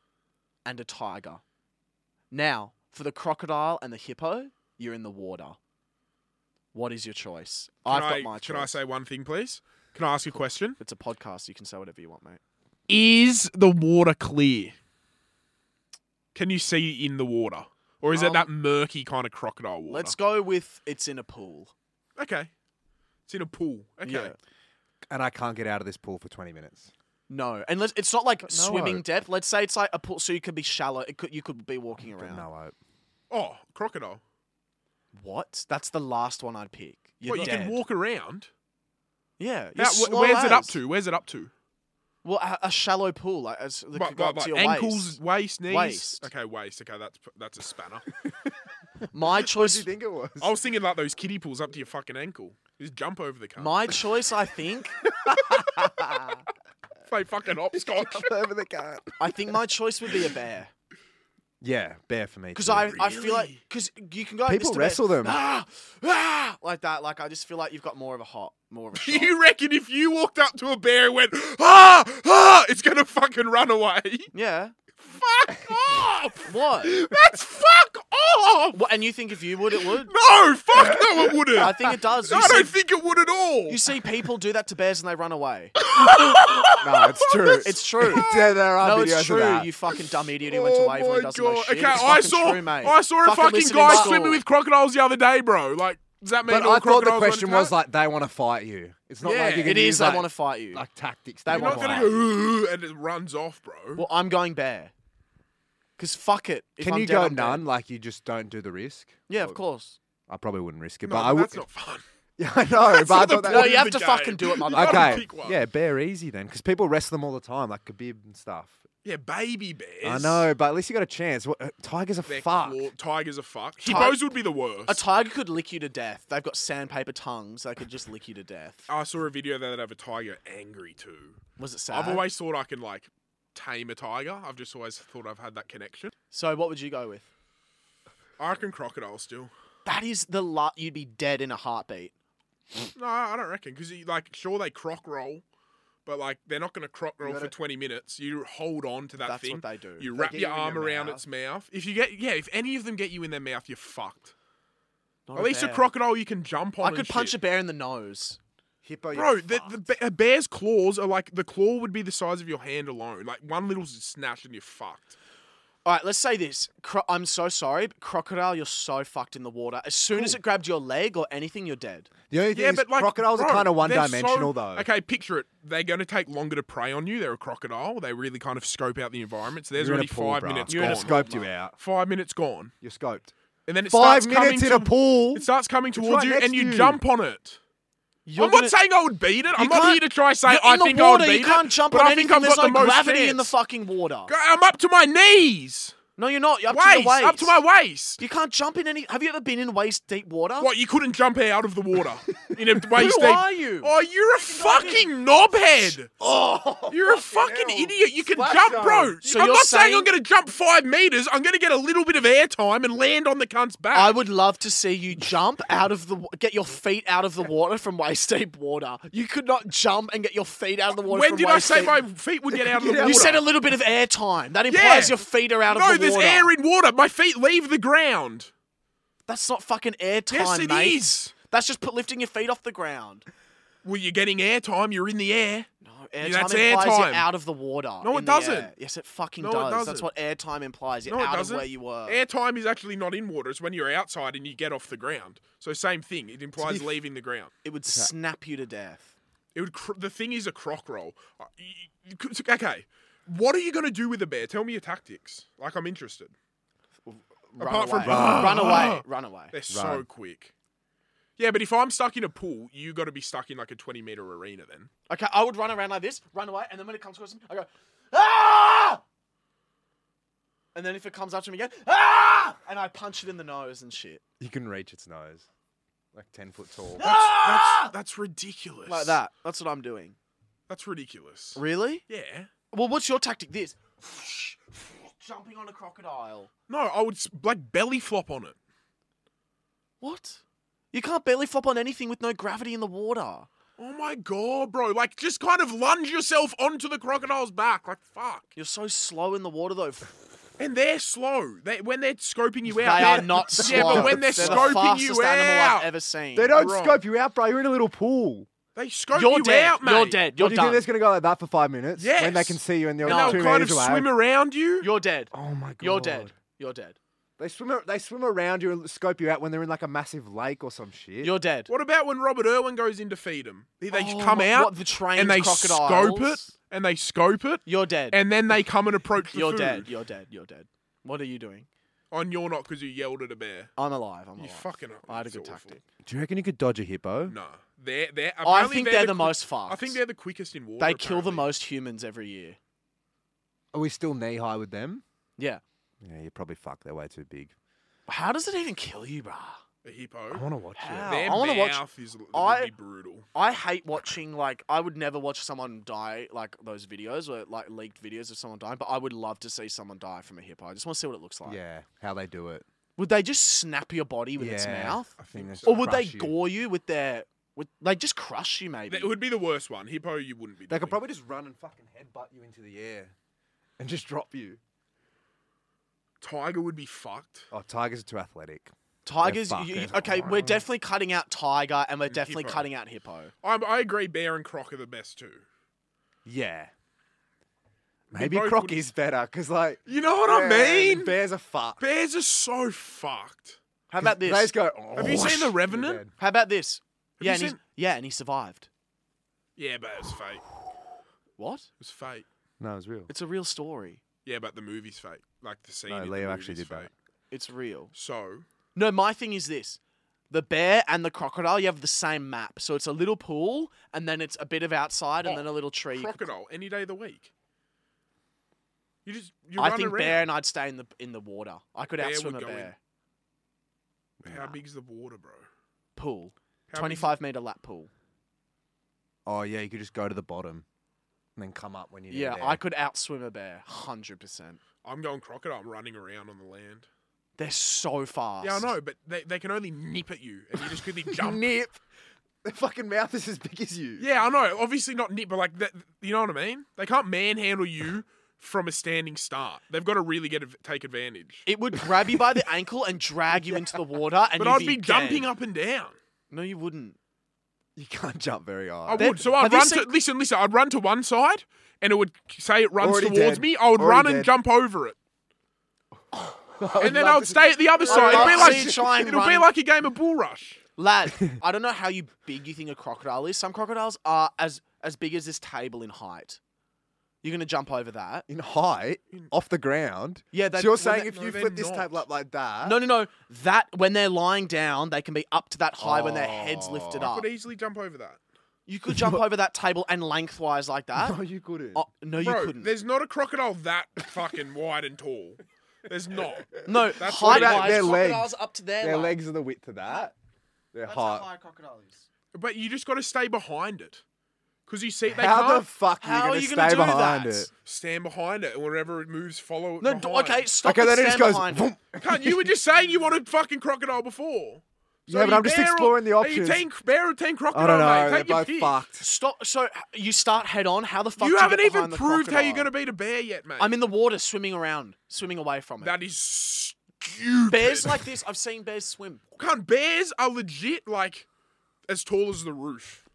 [SPEAKER 1] and a tiger. Now, for the crocodile and the hippo, you're in the water. What is your choice? I've
[SPEAKER 2] Can
[SPEAKER 1] got
[SPEAKER 2] I-
[SPEAKER 1] my choice.
[SPEAKER 2] Can I say one thing, please? Can I ask a question?
[SPEAKER 1] it's a podcast, you can say whatever you want, mate.
[SPEAKER 2] Is the water clear? Can you see in the water, or is
[SPEAKER 1] Um,
[SPEAKER 2] it that murky kind of crocodile water?
[SPEAKER 1] Let's go with it's in a pool.
[SPEAKER 2] Okay. It's in a pool. Okay.
[SPEAKER 1] Yeah.
[SPEAKER 3] And I can't get out of this pool for 20 minutes.
[SPEAKER 1] No, and let's, it's not like
[SPEAKER 3] no,
[SPEAKER 1] swimming
[SPEAKER 3] I-
[SPEAKER 1] depth. Let's say it's like a pool, so you could be shallow. It could you could be walking
[SPEAKER 3] But
[SPEAKER 1] around.
[SPEAKER 3] no, I,
[SPEAKER 2] Oh, crocodile.
[SPEAKER 1] What? That's the last one I'd pick. You're
[SPEAKER 2] Well, you
[SPEAKER 1] dead.
[SPEAKER 2] can walk around.
[SPEAKER 1] Yeah. you're
[SPEAKER 2] How, wh-
[SPEAKER 1] slow
[SPEAKER 2] where's it up
[SPEAKER 1] as.
[SPEAKER 2] to? Where's it up to?
[SPEAKER 1] Well, a, a shallow pool, like as that
[SPEAKER 2] Right,
[SPEAKER 1] could go
[SPEAKER 2] right,
[SPEAKER 1] up to
[SPEAKER 2] right.
[SPEAKER 1] your
[SPEAKER 2] Ankles, waist, knees.
[SPEAKER 1] Waist.
[SPEAKER 2] Okay, waist. Okay, that's that's a spanner.
[SPEAKER 1] waist. My
[SPEAKER 3] what do
[SPEAKER 1] choice.
[SPEAKER 3] you think it was?
[SPEAKER 2] I was thinking like those kiddie pools up to your fucking ankle. Just jump over the car.
[SPEAKER 1] My choice, I think.
[SPEAKER 2] Play fucking hopscotch.
[SPEAKER 3] over the cat.
[SPEAKER 1] I think my choice would be a bear
[SPEAKER 3] Yeah, bear for me.
[SPEAKER 1] because
[SPEAKER 3] too.
[SPEAKER 1] I, I feel like
[SPEAKER 2] Really?
[SPEAKER 1] because you can go like this
[SPEAKER 3] people
[SPEAKER 1] to bear,
[SPEAKER 3] wrestle them.
[SPEAKER 1] ah, ah, like that. Like I just feel like you've got more of a hot, more of a shot.
[SPEAKER 2] you reckon if you walked up to a bear and went ah ah, it's gonna fucking run away?
[SPEAKER 1] yeah.
[SPEAKER 2] Fuck off!
[SPEAKER 1] What?
[SPEAKER 2] That's fuck off!
[SPEAKER 1] What? And you think if you would, it would?
[SPEAKER 2] No, fuck no, it wouldn't.
[SPEAKER 1] I think it does. You
[SPEAKER 2] I
[SPEAKER 1] see-
[SPEAKER 2] don't think it would at all.
[SPEAKER 1] You see people do that to bears and they run away.
[SPEAKER 3] no, it's true.
[SPEAKER 1] It's true.
[SPEAKER 3] yeah, there are
[SPEAKER 1] no,
[SPEAKER 3] videos
[SPEAKER 1] it's
[SPEAKER 3] of
[SPEAKER 1] true.
[SPEAKER 3] that.
[SPEAKER 1] You fucking dumb idiot who went to Waverley and doesn't know shit.
[SPEAKER 2] Oh Okay,
[SPEAKER 1] It's
[SPEAKER 2] I
[SPEAKER 1] fucking
[SPEAKER 2] saw,
[SPEAKER 1] true, mate.
[SPEAKER 2] I saw a fucking,
[SPEAKER 1] listen to
[SPEAKER 2] guy
[SPEAKER 1] Michael.
[SPEAKER 2] swimming with crocodiles the other day, bro. Like, does that mean
[SPEAKER 3] but
[SPEAKER 2] all
[SPEAKER 3] I thought
[SPEAKER 2] crocodiles
[SPEAKER 3] the
[SPEAKER 2] run
[SPEAKER 3] question
[SPEAKER 2] into
[SPEAKER 3] was
[SPEAKER 2] that?
[SPEAKER 3] like they want to fight you. It's not
[SPEAKER 2] Yeah,
[SPEAKER 3] like you
[SPEAKER 1] It
[SPEAKER 3] can use
[SPEAKER 1] is.
[SPEAKER 3] like,
[SPEAKER 1] I want to fight you.
[SPEAKER 3] like tactics.
[SPEAKER 1] They
[SPEAKER 3] They
[SPEAKER 1] want
[SPEAKER 3] want
[SPEAKER 2] You're not gonna go "Ooh," and it runs off, bro.
[SPEAKER 1] Well, I'm going bear. Cause fuck it. If
[SPEAKER 3] Can
[SPEAKER 1] I'm
[SPEAKER 3] you
[SPEAKER 1] dead,
[SPEAKER 3] go
[SPEAKER 1] I'm dead.
[SPEAKER 3] none? Like you just don't do the risk.
[SPEAKER 1] Yeah, of course.
[SPEAKER 3] I probably wouldn't risk it,
[SPEAKER 2] no,
[SPEAKER 3] but
[SPEAKER 2] but
[SPEAKER 3] I would.
[SPEAKER 2] that's not fun.
[SPEAKER 3] Yeah, I know, but I
[SPEAKER 2] not the
[SPEAKER 3] thought that.
[SPEAKER 1] No,
[SPEAKER 2] What
[SPEAKER 1] you
[SPEAKER 2] is
[SPEAKER 1] have
[SPEAKER 2] the
[SPEAKER 1] to
[SPEAKER 2] game?
[SPEAKER 1] fucking do it,
[SPEAKER 2] You
[SPEAKER 1] mother.
[SPEAKER 2] gotta
[SPEAKER 3] okay,
[SPEAKER 2] pick one.
[SPEAKER 3] yeah, bear easy then, because people wrestle them all the time, like Khabib and stuff.
[SPEAKER 2] Yeah, baby bears.
[SPEAKER 3] I know, but at least you got a chance. What, uh, tigers are
[SPEAKER 2] They're
[SPEAKER 3] fuck.
[SPEAKER 2] claw- tigers are fuck. Hippos would be the worst.
[SPEAKER 1] A tiger could lick you to death. They've got sandpaper tongues. They could just lick you to death.
[SPEAKER 2] I saw a video there that have a tiger angry too.
[SPEAKER 1] Was it sad?
[SPEAKER 2] I've always thought I can like tame a tiger. I've just always thought I've had that connection.
[SPEAKER 1] So what would you go with?
[SPEAKER 2] I reckon crocodile still.
[SPEAKER 1] That is the lot. You'd be dead in a heartbeat.
[SPEAKER 2] No, I don't reckon because like sure they croc roll, but like they're not going to croc roll for
[SPEAKER 3] gotta-
[SPEAKER 2] twenty minutes. You hold on to that
[SPEAKER 1] That's
[SPEAKER 2] thing.
[SPEAKER 1] what they do.
[SPEAKER 2] You
[SPEAKER 3] They
[SPEAKER 2] wrap
[SPEAKER 3] get
[SPEAKER 2] your
[SPEAKER 3] you in
[SPEAKER 2] arm
[SPEAKER 3] their
[SPEAKER 2] around
[SPEAKER 3] mouth.
[SPEAKER 2] its mouth. If you get yeah, if any of them get you in their mouth, you're fucked.
[SPEAKER 1] Not
[SPEAKER 2] At least a
[SPEAKER 1] bear.
[SPEAKER 2] crocodile you can jump on.
[SPEAKER 1] I could punch a
[SPEAKER 2] shit.
[SPEAKER 1] bear in the nose.
[SPEAKER 3] Hippo,
[SPEAKER 2] Bro, the, the ba- a bear's claws are like the claw would be the size of your hand alone. Like one little s- snatch and you're fucked.
[SPEAKER 1] All right, let's say this. Cro- I'm so sorry, but crocodile, you're so fucked in the water. As soon as it grabbed your leg or anything, you're dead.
[SPEAKER 3] The only thing
[SPEAKER 2] Yeah,
[SPEAKER 3] is
[SPEAKER 2] but like
[SPEAKER 3] crocodiles are
[SPEAKER 2] bro,
[SPEAKER 3] kind of one
[SPEAKER 2] they're
[SPEAKER 3] dimensional
[SPEAKER 2] so-
[SPEAKER 3] though.
[SPEAKER 2] Okay, picture it. They're going to take longer to prey on you. They're a crocodile. They really kind of scope out the environment. So there's
[SPEAKER 3] You're in
[SPEAKER 2] already
[SPEAKER 3] a pool,
[SPEAKER 2] five
[SPEAKER 3] bruh.
[SPEAKER 2] minutes
[SPEAKER 1] You're in
[SPEAKER 3] I
[SPEAKER 1] a
[SPEAKER 2] gone.
[SPEAKER 1] scope.
[SPEAKER 3] scoped you out.
[SPEAKER 2] Five minutes gone,
[SPEAKER 3] You're scoped.
[SPEAKER 2] and then it
[SPEAKER 3] Five
[SPEAKER 2] starts
[SPEAKER 3] minutes in
[SPEAKER 2] coming
[SPEAKER 3] a
[SPEAKER 2] to-
[SPEAKER 3] pool.
[SPEAKER 2] It starts coming towards
[SPEAKER 3] right
[SPEAKER 2] you,
[SPEAKER 3] next
[SPEAKER 2] and
[SPEAKER 3] to
[SPEAKER 2] you
[SPEAKER 3] you.
[SPEAKER 2] jump on it.
[SPEAKER 1] You're
[SPEAKER 2] I'm
[SPEAKER 1] gonna-
[SPEAKER 2] not saying I would beat it. I'm
[SPEAKER 1] You
[SPEAKER 2] not
[SPEAKER 1] can't-
[SPEAKER 2] here to try say
[SPEAKER 1] you're
[SPEAKER 2] I
[SPEAKER 1] in the
[SPEAKER 2] think I would
[SPEAKER 1] water, you
[SPEAKER 2] beat it.
[SPEAKER 1] can't jump
[SPEAKER 2] but
[SPEAKER 1] on
[SPEAKER 2] I
[SPEAKER 1] anything.
[SPEAKER 2] think I've
[SPEAKER 1] There's
[SPEAKER 2] got the
[SPEAKER 1] no
[SPEAKER 2] most
[SPEAKER 1] gravity in the
[SPEAKER 2] chance.
[SPEAKER 1] fucking water.
[SPEAKER 2] Go- I'm up to my knees.
[SPEAKER 1] No, you're not. You're up to
[SPEAKER 2] Waist,
[SPEAKER 1] your waist.
[SPEAKER 2] up to my waist.
[SPEAKER 1] You can't jump in any. Have you ever been in waist deep water?
[SPEAKER 2] What? You couldn't jump out of the water in a waist
[SPEAKER 1] Who
[SPEAKER 2] deep.
[SPEAKER 1] are you?
[SPEAKER 2] Oh, you're a fucking knobhead.
[SPEAKER 1] Oh.
[SPEAKER 2] You're a fucking
[SPEAKER 3] hell.
[SPEAKER 2] idiot. You can
[SPEAKER 3] Splash
[SPEAKER 2] jump, bro.
[SPEAKER 3] zone.
[SPEAKER 1] So
[SPEAKER 2] I'm
[SPEAKER 1] you're
[SPEAKER 2] not saying I'm
[SPEAKER 1] saying-
[SPEAKER 2] going to jump five meters. I'm going to get a little bit of airtime and land on the cunt's back.
[SPEAKER 1] I would love to see you jump out of the wa- get your feet out of the water from waist deep water. You could not jump and get your feet out of the water.
[SPEAKER 2] when
[SPEAKER 1] from
[SPEAKER 2] did I
[SPEAKER 1] waist
[SPEAKER 2] say
[SPEAKER 1] deep-
[SPEAKER 2] my feet would get out of the
[SPEAKER 3] Get out
[SPEAKER 2] water?
[SPEAKER 1] You said a little bit of air time. That
[SPEAKER 2] Yeah.
[SPEAKER 1] implies your feet are out
[SPEAKER 2] no,
[SPEAKER 1] of the
[SPEAKER 2] there's
[SPEAKER 1] water.
[SPEAKER 2] air in water. My feet leave the ground.
[SPEAKER 1] That's not fucking air time,
[SPEAKER 2] Yes, it is.
[SPEAKER 1] mate. That's just put lifting your feet off the ground.
[SPEAKER 2] Well, you're getting airtime. You're in the air.
[SPEAKER 1] No, air
[SPEAKER 2] Yeah, that's
[SPEAKER 1] time implies you're
[SPEAKER 2] airtime.
[SPEAKER 1] out of the water.
[SPEAKER 2] No, it
[SPEAKER 1] in the air.
[SPEAKER 2] doesn't.
[SPEAKER 1] Yes, it fucking
[SPEAKER 2] No, it
[SPEAKER 1] does. That's
[SPEAKER 2] doesn't.
[SPEAKER 1] what air time implies. You're
[SPEAKER 2] No, it
[SPEAKER 1] out of
[SPEAKER 2] doesn't.
[SPEAKER 1] where you were.
[SPEAKER 2] Airtime is actually not in water. It's when you're outside and you get off the ground. So same thing. It implies
[SPEAKER 3] f-
[SPEAKER 2] leaving the ground.
[SPEAKER 1] it would snap you to death.
[SPEAKER 2] It would. Cr- the thing is a croc roll. Uh, y- y- c- Okay. What are you going to do with a bear? Tell me your tactics. Like I'm interested.
[SPEAKER 1] Run
[SPEAKER 2] Apart
[SPEAKER 1] away.
[SPEAKER 2] from-
[SPEAKER 1] run away, run away.
[SPEAKER 2] They're so quick. Yeah, but if I'm stuck in a pool, you got to be stuck in like a 20 meter arena then.
[SPEAKER 1] Okay, I would run around like this, run away, and then when it comes close to me, I go, ah! And then if it comes up to me again, ah! And I punch it in the nose and shit.
[SPEAKER 3] You can reach its nose, like ten foot tall.
[SPEAKER 1] Ah!
[SPEAKER 2] That's, that's ridiculous.
[SPEAKER 1] Like that. That's what I'm doing.
[SPEAKER 2] That's ridiculous.
[SPEAKER 1] Really?
[SPEAKER 2] Yeah.
[SPEAKER 1] Well, what's your tactic? This. Jumping on a crocodile.
[SPEAKER 2] No, I would s- like belly flop on it.
[SPEAKER 1] What? You can't belly flop on anything with no gravity in the water.
[SPEAKER 2] Oh my god, bro. Like just kind of lunge yourself onto the crocodile's back. Like fuck.
[SPEAKER 1] You're so slow in the water, though.
[SPEAKER 2] And they're slow. They when they're scoping you
[SPEAKER 1] They
[SPEAKER 2] out.
[SPEAKER 1] are
[SPEAKER 2] they're-
[SPEAKER 1] not slow.
[SPEAKER 2] Yeah, but when they're,
[SPEAKER 1] They're the
[SPEAKER 2] scoping
[SPEAKER 1] fastest
[SPEAKER 2] you
[SPEAKER 1] animal
[SPEAKER 2] out,
[SPEAKER 1] I've ever seen.
[SPEAKER 3] They don't
[SPEAKER 2] Wrong.
[SPEAKER 3] scope you out, bro. You're in a little pool.
[SPEAKER 2] they scope
[SPEAKER 1] You're
[SPEAKER 2] you
[SPEAKER 1] dead.
[SPEAKER 2] out, mate.
[SPEAKER 1] You're dead. You're
[SPEAKER 3] what, do you
[SPEAKER 1] done.
[SPEAKER 3] think that's gonna go like that for five minutes? When they
[SPEAKER 2] Yes.
[SPEAKER 3] can see you and they're
[SPEAKER 2] And
[SPEAKER 1] No.
[SPEAKER 3] no,
[SPEAKER 2] they'll
[SPEAKER 3] two
[SPEAKER 2] kind of
[SPEAKER 3] meters away.
[SPEAKER 2] swim around you.
[SPEAKER 1] You're dead.
[SPEAKER 3] oh my god.
[SPEAKER 1] You're dead. You're dead.
[SPEAKER 3] They swim. ar- They swim around you and scope you out when they're in like a massive lake or some shit.
[SPEAKER 1] You're dead.
[SPEAKER 2] What about when Robert Irwin goes in to feed them? They they
[SPEAKER 1] Oh
[SPEAKER 2] come
[SPEAKER 1] my-
[SPEAKER 2] out
[SPEAKER 1] what, the trained
[SPEAKER 2] and they
[SPEAKER 1] crocodiles?
[SPEAKER 2] scope it and they scope it
[SPEAKER 1] You're dead.
[SPEAKER 2] and then they come and approach the
[SPEAKER 1] you're
[SPEAKER 2] food.
[SPEAKER 1] dead. You're dead. You're dead. What are you doing?
[SPEAKER 2] On you're not because you yelled at a bear.
[SPEAKER 1] I'm alive. I'm
[SPEAKER 2] You
[SPEAKER 1] alive.
[SPEAKER 2] fucking.
[SPEAKER 1] I had a
[SPEAKER 2] it's
[SPEAKER 1] good
[SPEAKER 2] awful.
[SPEAKER 1] tactic.
[SPEAKER 3] Do you reckon you could dodge a hippo?
[SPEAKER 2] Nah, they're they're.
[SPEAKER 1] I
[SPEAKER 2] apparently
[SPEAKER 1] think they're, the
[SPEAKER 2] quick-
[SPEAKER 1] most fast.
[SPEAKER 2] I think they're the quickest in water.
[SPEAKER 1] they kill the
[SPEAKER 2] apparently.
[SPEAKER 1] most humans every year.
[SPEAKER 3] Are we still knee high with them?
[SPEAKER 1] Yeah.
[SPEAKER 3] Yeah, you probably fuck. They're way too big.
[SPEAKER 1] How does it even kill you, bruh?
[SPEAKER 2] A
[SPEAKER 3] I
[SPEAKER 2] hippo.
[SPEAKER 3] want to watch
[SPEAKER 1] How?
[SPEAKER 3] it.
[SPEAKER 2] Their
[SPEAKER 1] I wanna watch-
[SPEAKER 2] mouth is l-
[SPEAKER 1] I-
[SPEAKER 2] would be brutal.
[SPEAKER 1] I hate watching like I would never watch someone die like those videos or like leaked videos of someone dying, but I would love to see someone die from a hippo. I just want to see what it looks like.
[SPEAKER 3] Yeah, how they do it.
[SPEAKER 1] Would they just snap your body with its
[SPEAKER 3] Yeah.
[SPEAKER 1] mouth?
[SPEAKER 2] I think
[SPEAKER 3] Thing
[SPEAKER 2] so.
[SPEAKER 1] Or would they
[SPEAKER 3] Crush you.
[SPEAKER 1] gore you with their with they just crush you maybe?
[SPEAKER 2] It would be the worst one. Hippo, you wouldn't be.
[SPEAKER 3] They could
[SPEAKER 2] doing.
[SPEAKER 3] probably just run and fucking headbutt you into the air, and just drop you.
[SPEAKER 2] Tiger would be fucked.
[SPEAKER 3] Oh, tigers are too athletic.
[SPEAKER 1] Tigers,
[SPEAKER 3] fucked.
[SPEAKER 1] you-
[SPEAKER 3] They're
[SPEAKER 1] you-
[SPEAKER 3] fucked.
[SPEAKER 1] okay, we're definitely cutting out tiger and we're definitely
[SPEAKER 2] hippo.
[SPEAKER 1] cutting out hippo.
[SPEAKER 2] I, I agree. Bear and croc are the best too.
[SPEAKER 3] Yeah.
[SPEAKER 2] They
[SPEAKER 3] Maybe
[SPEAKER 2] both
[SPEAKER 3] croc
[SPEAKER 2] would-
[SPEAKER 3] is better, cause like
[SPEAKER 2] You know what I
[SPEAKER 3] yeah,
[SPEAKER 2] mean?
[SPEAKER 3] bears are fucked.
[SPEAKER 2] Bears are so fucked.
[SPEAKER 1] How about
[SPEAKER 3] They
[SPEAKER 1] this?
[SPEAKER 3] just go. "Oh,
[SPEAKER 2] Have you seen The Revenant?
[SPEAKER 1] How about this?
[SPEAKER 2] Have
[SPEAKER 1] yeah,
[SPEAKER 2] you
[SPEAKER 1] and he's,
[SPEAKER 2] seen-
[SPEAKER 1] yeah, and he survived.
[SPEAKER 2] Yeah, but it's fake. It
[SPEAKER 1] What?
[SPEAKER 2] was fake.
[SPEAKER 3] No, it was real.
[SPEAKER 1] It's a real story.
[SPEAKER 2] Yeah, but the movie's fake. Like the scene.
[SPEAKER 3] No,
[SPEAKER 2] in the
[SPEAKER 3] Leo actually
[SPEAKER 2] movie's
[SPEAKER 3] did that.
[SPEAKER 2] fake.
[SPEAKER 1] It's real.
[SPEAKER 2] So
[SPEAKER 1] No, my thing is this: the bear and the crocodile. You have the same map, so it's a little pool, and then it's a bit of outside, and then a little tree. you can-
[SPEAKER 2] crocodile any day of the week. You just you
[SPEAKER 1] I
[SPEAKER 2] run
[SPEAKER 1] think
[SPEAKER 2] around.
[SPEAKER 1] bear and I'd stay in the in the water. I could
[SPEAKER 2] Bear
[SPEAKER 1] outswim
[SPEAKER 2] would
[SPEAKER 1] a
[SPEAKER 2] go in.
[SPEAKER 1] bear.
[SPEAKER 2] How big's the water, bro?
[SPEAKER 1] Pool,
[SPEAKER 2] How big's-
[SPEAKER 1] twenty-five meter lap pool.
[SPEAKER 3] Oh yeah, you could just go to the bottom, and then come up when you. need
[SPEAKER 1] Yeah,
[SPEAKER 3] air.
[SPEAKER 1] I could outswim a bear, hundred percent.
[SPEAKER 2] I'm going crocodile. I'm running around on the land.
[SPEAKER 1] They're so fast.
[SPEAKER 2] Yeah, I know, but they, they can only nip at you, and you just quickly jump.
[SPEAKER 3] nip. The fucking mouth is as big as you.
[SPEAKER 2] yeah, I know. Obviously not nip, but like that. You know what I mean? They can't manhandle you from a standing start. They've got to really get a, take advantage.
[SPEAKER 1] It would grab you by the ankle and drag you into the water, and
[SPEAKER 2] But
[SPEAKER 1] you'd
[SPEAKER 2] I'd be
[SPEAKER 1] dead.
[SPEAKER 2] jumping up and down.
[SPEAKER 1] No, you wouldn't.
[SPEAKER 3] You can't jump very
[SPEAKER 2] I
[SPEAKER 3] high.
[SPEAKER 1] They've-
[SPEAKER 2] would. So I'd
[SPEAKER 1] have you
[SPEAKER 2] run
[SPEAKER 1] seen-
[SPEAKER 2] to listen, listen. I'd run to one side, and it would say it runs
[SPEAKER 3] Already
[SPEAKER 2] towards
[SPEAKER 3] dead.
[SPEAKER 2] me. I would
[SPEAKER 3] Already
[SPEAKER 2] run and
[SPEAKER 3] dead.
[SPEAKER 2] jump over it. and then I would stay at the other side.
[SPEAKER 1] love
[SPEAKER 2] It'd be
[SPEAKER 1] to see you try
[SPEAKER 2] like
[SPEAKER 1] and
[SPEAKER 2] it'll be
[SPEAKER 1] run-
[SPEAKER 2] like a game of bull rush.
[SPEAKER 1] Lad, I don't know how you big you think a crocodile is. Some crocodiles are as as big as this table in height. You're gonna jump over that.
[SPEAKER 3] in height off the ground.
[SPEAKER 1] Yeah,
[SPEAKER 3] So
[SPEAKER 1] that
[SPEAKER 3] you're
[SPEAKER 1] when
[SPEAKER 3] saying
[SPEAKER 1] they-
[SPEAKER 3] if
[SPEAKER 2] no,
[SPEAKER 3] you
[SPEAKER 2] they're
[SPEAKER 3] flip this
[SPEAKER 2] not.
[SPEAKER 3] table up like that,
[SPEAKER 1] no, no, no. That when they're lying down, they can be up to that high when their heads lifted
[SPEAKER 2] I
[SPEAKER 1] up.
[SPEAKER 2] could easily jump over that.
[SPEAKER 1] You could jump over that table and lengthwise like that.
[SPEAKER 3] no, you couldn't.
[SPEAKER 1] Oh, no, you
[SPEAKER 2] Bro,
[SPEAKER 1] couldn't.
[SPEAKER 2] there's not a crocodile that fucking wide and tall. There's not.
[SPEAKER 1] No,
[SPEAKER 2] That's
[SPEAKER 1] height
[SPEAKER 2] what it is.
[SPEAKER 1] wise,
[SPEAKER 3] Their legs.
[SPEAKER 1] crocodiles are up to their,
[SPEAKER 3] Their
[SPEAKER 1] like-
[SPEAKER 3] legs are the width of that. Their
[SPEAKER 1] That's
[SPEAKER 3] height.
[SPEAKER 1] how high a crocodile is.
[SPEAKER 2] But you just got to stay behind it, because you see they
[SPEAKER 3] How
[SPEAKER 2] can't
[SPEAKER 3] the fuck
[SPEAKER 1] How
[SPEAKER 3] are
[SPEAKER 1] are
[SPEAKER 3] you
[SPEAKER 1] you
[SPEAKER 3] going
[SPEAKER 1] gonna
[SPEAKER 3] to stay
[SPEAKER 1] do
[SPEAKER 3] behind
[SPEAKER 1] that?
[SPEAKER 3] it?
[SPEAKER 2] stand behind it, and whenever it moves, follow it.
[SPEAKER 1] No, d-
[SPEAKER 2] behind.
[SPEAKER 1] okay, stop.
[SPEAKER 3] okay,
[SPEAKER 1] and
[SPEAKER 3] then it just
[SPEAKER 1] stand
[SPEAKER 3] goes.
[SPEAKER 1] behind
[SPEAKER 3] Boom.
[SPEAKER 2] Cunt, you were just saying you wanted fucking crocodile before. are
[SPEAKER 3] Yeah, but
[SPEAKER 2] you
[SPEAKER 3] I'm just
[SPEAKER 2] bear or-
[SPEAKER 3] exploring the options.
[SPEAKER 2] Are you team bear or team crocodile?
[SPEAKER 3] I don't
[SPEAKER 2] mate?
[SPEAKER 3] know.
[SPEAKER 2] Take
[SPEAKER 3] They're
[SPEAKER 2] your
[SPEAKER 3] both
[SPEAKER 2] pick.
[SPEAKER 3] fucked.
[SPEAKER 1] Stop. So you start head on. How the fuck do
[SPEAKER 2] You haven't
[SPEAKER 1] get
[SPEAKER 2] even
[SPEAKER 1] behind the
[SPEAKER 2] proved how you're
[SPEAKER 1] crocodile?
[SPEAKER 2] gonna beat a bear yet, mate.
[SPEAKER 1] I'm in the water, swimming around, swimming away from it.
[SPEAKER 2] that is stupid.
[SPEAKER 1] Bears like this, I've seen bears swim.
[SPEAKER 2] Cunt, bears are legit like as tall as the roof.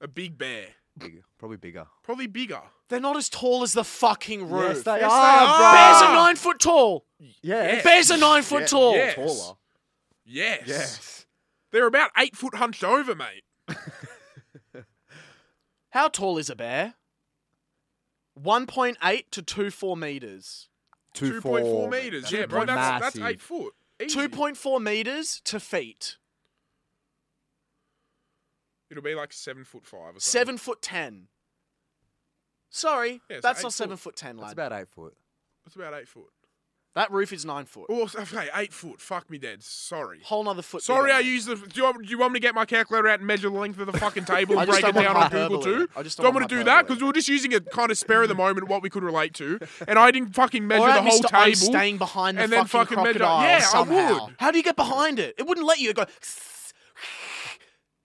[SPEAKER 2] A big bear,
[SPEAKER 3] Bigger. Probably bigger.
[SPEAKER 2] probably bigger.
[SPEAKER 1] They're not as tall as the fucking roof.
[SPEAKER 3] Yes,
[SPEAKER 2] Yes,
[SPEAKER 3] they
[SPEAKER 2] they
[SPEAKER 3] are,
[SPEAKER 2] are.
[SPEAKER 3] bro.
[SPEAKER 1] Bears
[SPEAKER 2] Ah!
[SPEAKER 1] are nine foot tall.
[SPEAKER 3] Yes.
[SPEAKER 1] Bears are nine foot
[SPEAKER 2] Yeah,
[SPEAKER 1] tall.
[SPEAKER 2] yeah.
[SPEAKER 3] Taller.
[SPEAKER 2] Yes.
[SPEAKER 3] Yes.
[SPEAKER 2] They're about eight foot hunched over, mate.
[SPEAKER 1] How tall is a bear? 1.8 to 2.4 meters.
[SPEAKER 2] Two point four meters. yeah, bro,
[SPEAKER 3] pretty
[SPEAKER 2] that's that's
[SPEAKER 3] massive.
[SPEAKER 2] eight foot. Easy.
[SPEAKER 1] 2.4 meters to feet.
[SPEAKER 2] It'll be like seven foot five or something.
[SPEAKER 1] 7 foot 10. Sorry,
[SPEAKER 2] Yeah, so
[SPEAKER 1] that's
[SPEAKER 2] eight
[SPEAKER 1] not 7
[SPEAKER 2] foot.
[SPEAKER 1] foot 10,
[SPEAKER 3] That's
[SPEAKER 1] lad.
[SPEAKER 3] about eight foot.
[SPEAKER 2] It's about eight foot.
[SPEAKER 1] that roof is 9 foot.
[SPEAKER 2] Oh, okay, eight foot. Fuck me, Dad. Sorry.
[SPEAKER 1] Whole nother foot.
[SPEAKER 2] Sorry,
[SPEAKER 1] bigger.
[SPEAKER 2] I used the. Do you, want, do you want me to get my calculator out and measure the length of the fucking table
[SPEAKER 1] I
[SPEAKER 2] and
[SPEAKER 1] just
[SPEAKER 2] break it
[SPEAKER 1] don't
[SPEAKER 2] down on
[SPEAKER 1] want
[SPEAKER 2] Google
[SPEAKER 1] hyperbole.
[SPEAKER 2] too?
[SPEAKER 1] I just
[SPEAKER 2] do you
[SPEAKER 1] don't
[SPEAKER 2] want me
[SPEAKER 1] want
[SPEAKER 2] to do that?
[SPEAKER 1] hyperbole.
[SPEAKER 2] Because we were just using a kind of spare of the moment what we could relate to, and I didn't fucking measure
[SPEAKER 1] Or
[SPEAKER 2] the
[SPEAKER 1] at
[SPEAKER 2] whole
[SPEAKER 1] Mr.
[SPEAKER 2] table.
[SPEAKER 1] I'm staying behind the
[SPEAKER 2] and then
[SPEAKER 1] fucking,
[SPEAKER 2] fucking measure-
[SPEAKER 1] crocodile
[SPEAKER 2] Yeah, I
[SPEAKER 1] somehow.
[SPEAKER 2] would.
[SPEAKER 1] How do you get behind it? It wouldn't let you go.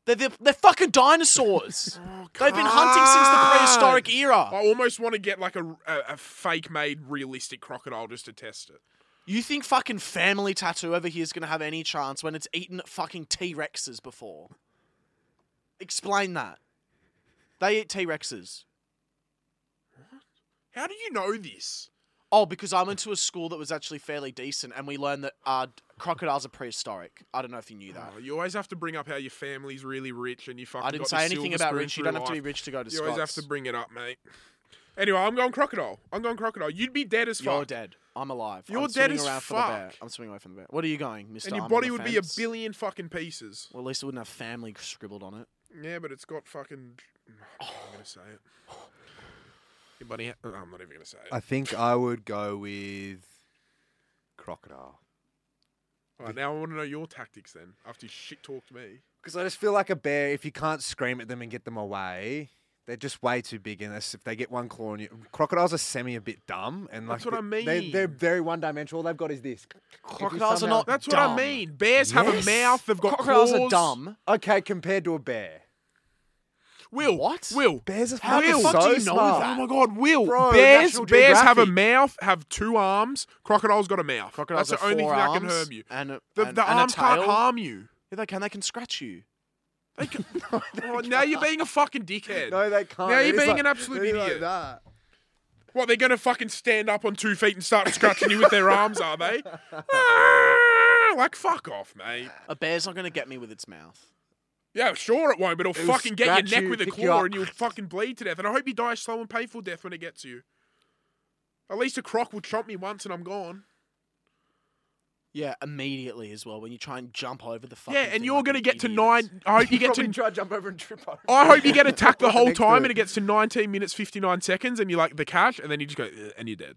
[SPEAKER 1] They're, they're, they're fucking dinosaurs. They've been hunting since the prehistoric
[SPEAKER 2] I
[SPEAKER 1] era.
[SPEAKER 2] almost want to get like a, a, a fake made realistic crocodile just to test it.
[SPEAKER 1] You think fucking family tattoo over here is going to have any chance when it's eaten fucking T Rexes before? Explain that. They eat T Rexes.
[SPEAKER 2] How do you know this?
[SPEAKER 1] Oh, because I went to a school that was actually fairly decent and we learned that uh, crocodiles are prehistoric. I don't know if you knew that.
[SPEAKER 2] Oh, you always have to bring up how your family's really rich and you fucking.
[SPEAKER 1] I didn't
[SPEAKER 2] got
[SPEAKER 1] say
[SPEAKER 2] the
[SPEAKER 1] anything
[SPEAKER 2] silver
[SPEAKER 1] about
[SPEAKER 2] spoon
[SPEAKER 1] rich. You
[SPEAKER 2] through
[SPEAKER 1] don't have to be
[SPEAKER 2] life.
[SPEAKER 1] rich to go to
[SPEAKER 2] You
[SPEAKER 1] Scott's.
[SPEAKER 2] always have to bring it up, mate. Anyway, I'm going crocodile. I'm going crocodile. You'd be dead as fuck.
[SPEAKER 1] You're dead. I'm alive.
[SPEAKER 2] You're
[SPEAKER 1] I'm
[SPEAKER 2] dead
[SPEAKER 1] swimming
[SPEAKER 2] as
[SPEAKER 1] around For the bear.
[SPEAKER 2] fuck.
[SPEAKER 1] I'm swimming away from the bear. What are you going, Mister?
[SPEAKER 2] and your body would be a billion fucking pieces.
[SPEAKER 1] Well, at least it wouldn't have family scribbled on it.
[SPEAKER 2] Yeah, but it's got fucking. I'm gonna say it. Your body. Ha- oh, I'm not even gonna say it.
[SPEAKER 3] I think I would go with crocodile.
[SPEAKER 2] All right, now I want to know your tactics then. After you shit talked me.
[SPEAKER 3] Because I just feel like a bear, if you can't scream at them and get them away, they're just way too big. And that's- if they get one claw on you, crocodiles are semi a bit dumb. And like
[SPEAKER 2] That's what I
[SPEAKER 3] th- They, they're
[SPEAKER 2] mean.
[SPEAKER 3] very one dimensional. All they've got is this.
[SPEAKER 1] Crocodiles are
[SPEAKER 3] somehow-
[SPEAKER 1] not.
[SPEAKER 2] That's
[SPEAKER 1] dumb.
[SPEAKER 2] what I mean. Bears have a
[SPEAKER 3] Yes.
[SPEAKER 2] mouth. They've got
[SPEAKER 1] Crocodiles
[SPEAKER 2] claws.
[SPEAKER 1] are dumb.
[SPEAKER 3] Okay, compared to a bear,
[SPEAKER 2] Will.
[SPEAKER 1] What?
[SPEAKER 2] Will.
[SPEAKER 3] bears are
[SPEAKER 1] How the
[SPEAKER 3] fucking
[SPEAKER 1] fuck
[SPEAKER 3] so
[SPEAKER 1] do you know
[SPEAKER 3] smart.
[SPEAKER 1] that?
[SPEAKER 2] Oh my God, Will!
[SPEAKER 3] Bro,
[SPEAKER 2] bears,
[SPEAKER 3] National
[SPEAKER 2] bears have a
[SPEAKER 3] Geographic.
[SPEAKER 2] mouth, have two arms. Crocodiles got a mouth.
[SPEAKER 1] Crocodiles
[SPEAKER 2] That's the
[SPEAKER 1] have
[SPEAKER 2] only
[SPEAKER 1] four
[SPEAKER 2] thing that can
[SPEAKER 1] arms
[SPEAKER 2] harm you.
[SPEAKER 1] And, a,
[SPEAKER 2] The,
[SPEAKER 1] and,
[SPEAKER 2] the
[SPEAKER 1] and
[SPEAKER 2] arms
[SPEAKER 1] a tail.
[SPEAKER 2] can't harm you.
[SPEAKER 1] Yeah, they can. They can scratch you.
[SPEAKER 2] They can, oh, now you're being a fucking dickhead.
[SPEAKER 3] No, they can't.
[SPEAKER 2] Now
[SPEAKER 3] They're
[SPEAKER 2] you're
[SPEAKER 3] just
[SPEAKER 2] being
[SPEAKER 3] like-
[SPEAKER 2] an absolute
[SPEAKER 3] they're just like
[SPEAKER 2] idiot.
[SPEAKER 3] that.
[SPEAKER 2] What, they're going to fucking stand up on two feet and start scratching you with their arms, are they? Ah, like, fuck off, mate.
[SPEAKER 1] A bear's not going to get me with its mouth.
[SPEAKER 2] Yeah, sure it won't, but it'll,
[SPEAKER 3] It'll
[SPEAKER 2] fucking get your
[SPEAKER 3] scratch
[SPEAKER 2] neck
[SPEAKER 3] you,
[SPEAKER 2] with a
[SPEAKER 3] pick you
[SPEAKER 2] claw
[SPEAKER 3] up.
[SPEAKER 2] and you'll fucking bleed to death. And I hope you die a slow and painful death when it gets you. At least a croc will chomp me once and I'm gone.
[SPEAKER 1] Yeah, immediately as well. When you try and jump over the fucking.
[SPEAKER 2] yeah, and
[SPEAKER 1] thing
[SPEAKER 2] you're
[SPEAKER 1] like
[SPEAKER 2] going to
[SPEAKER 1] an
[SPEAKER 2] get to
[SPEAKER 1] idiot.
[SPEAKER 2] nine. I hope you get
[SPEAKER 3] Probably
[SPEAKER 2] to Oh.
[SPEAKER 3] try to jump over and trip over.
[SPEAKER 2] I hope you get attacked the whole
[SPEAKER 3] Next to
[SPEAKER 2] time
[SPEAKER 3] it.
[SPEAKER 2] and it gets to 19 minutes 59 seconds and you're like the cash and then you just go "Ugh," and you're dead.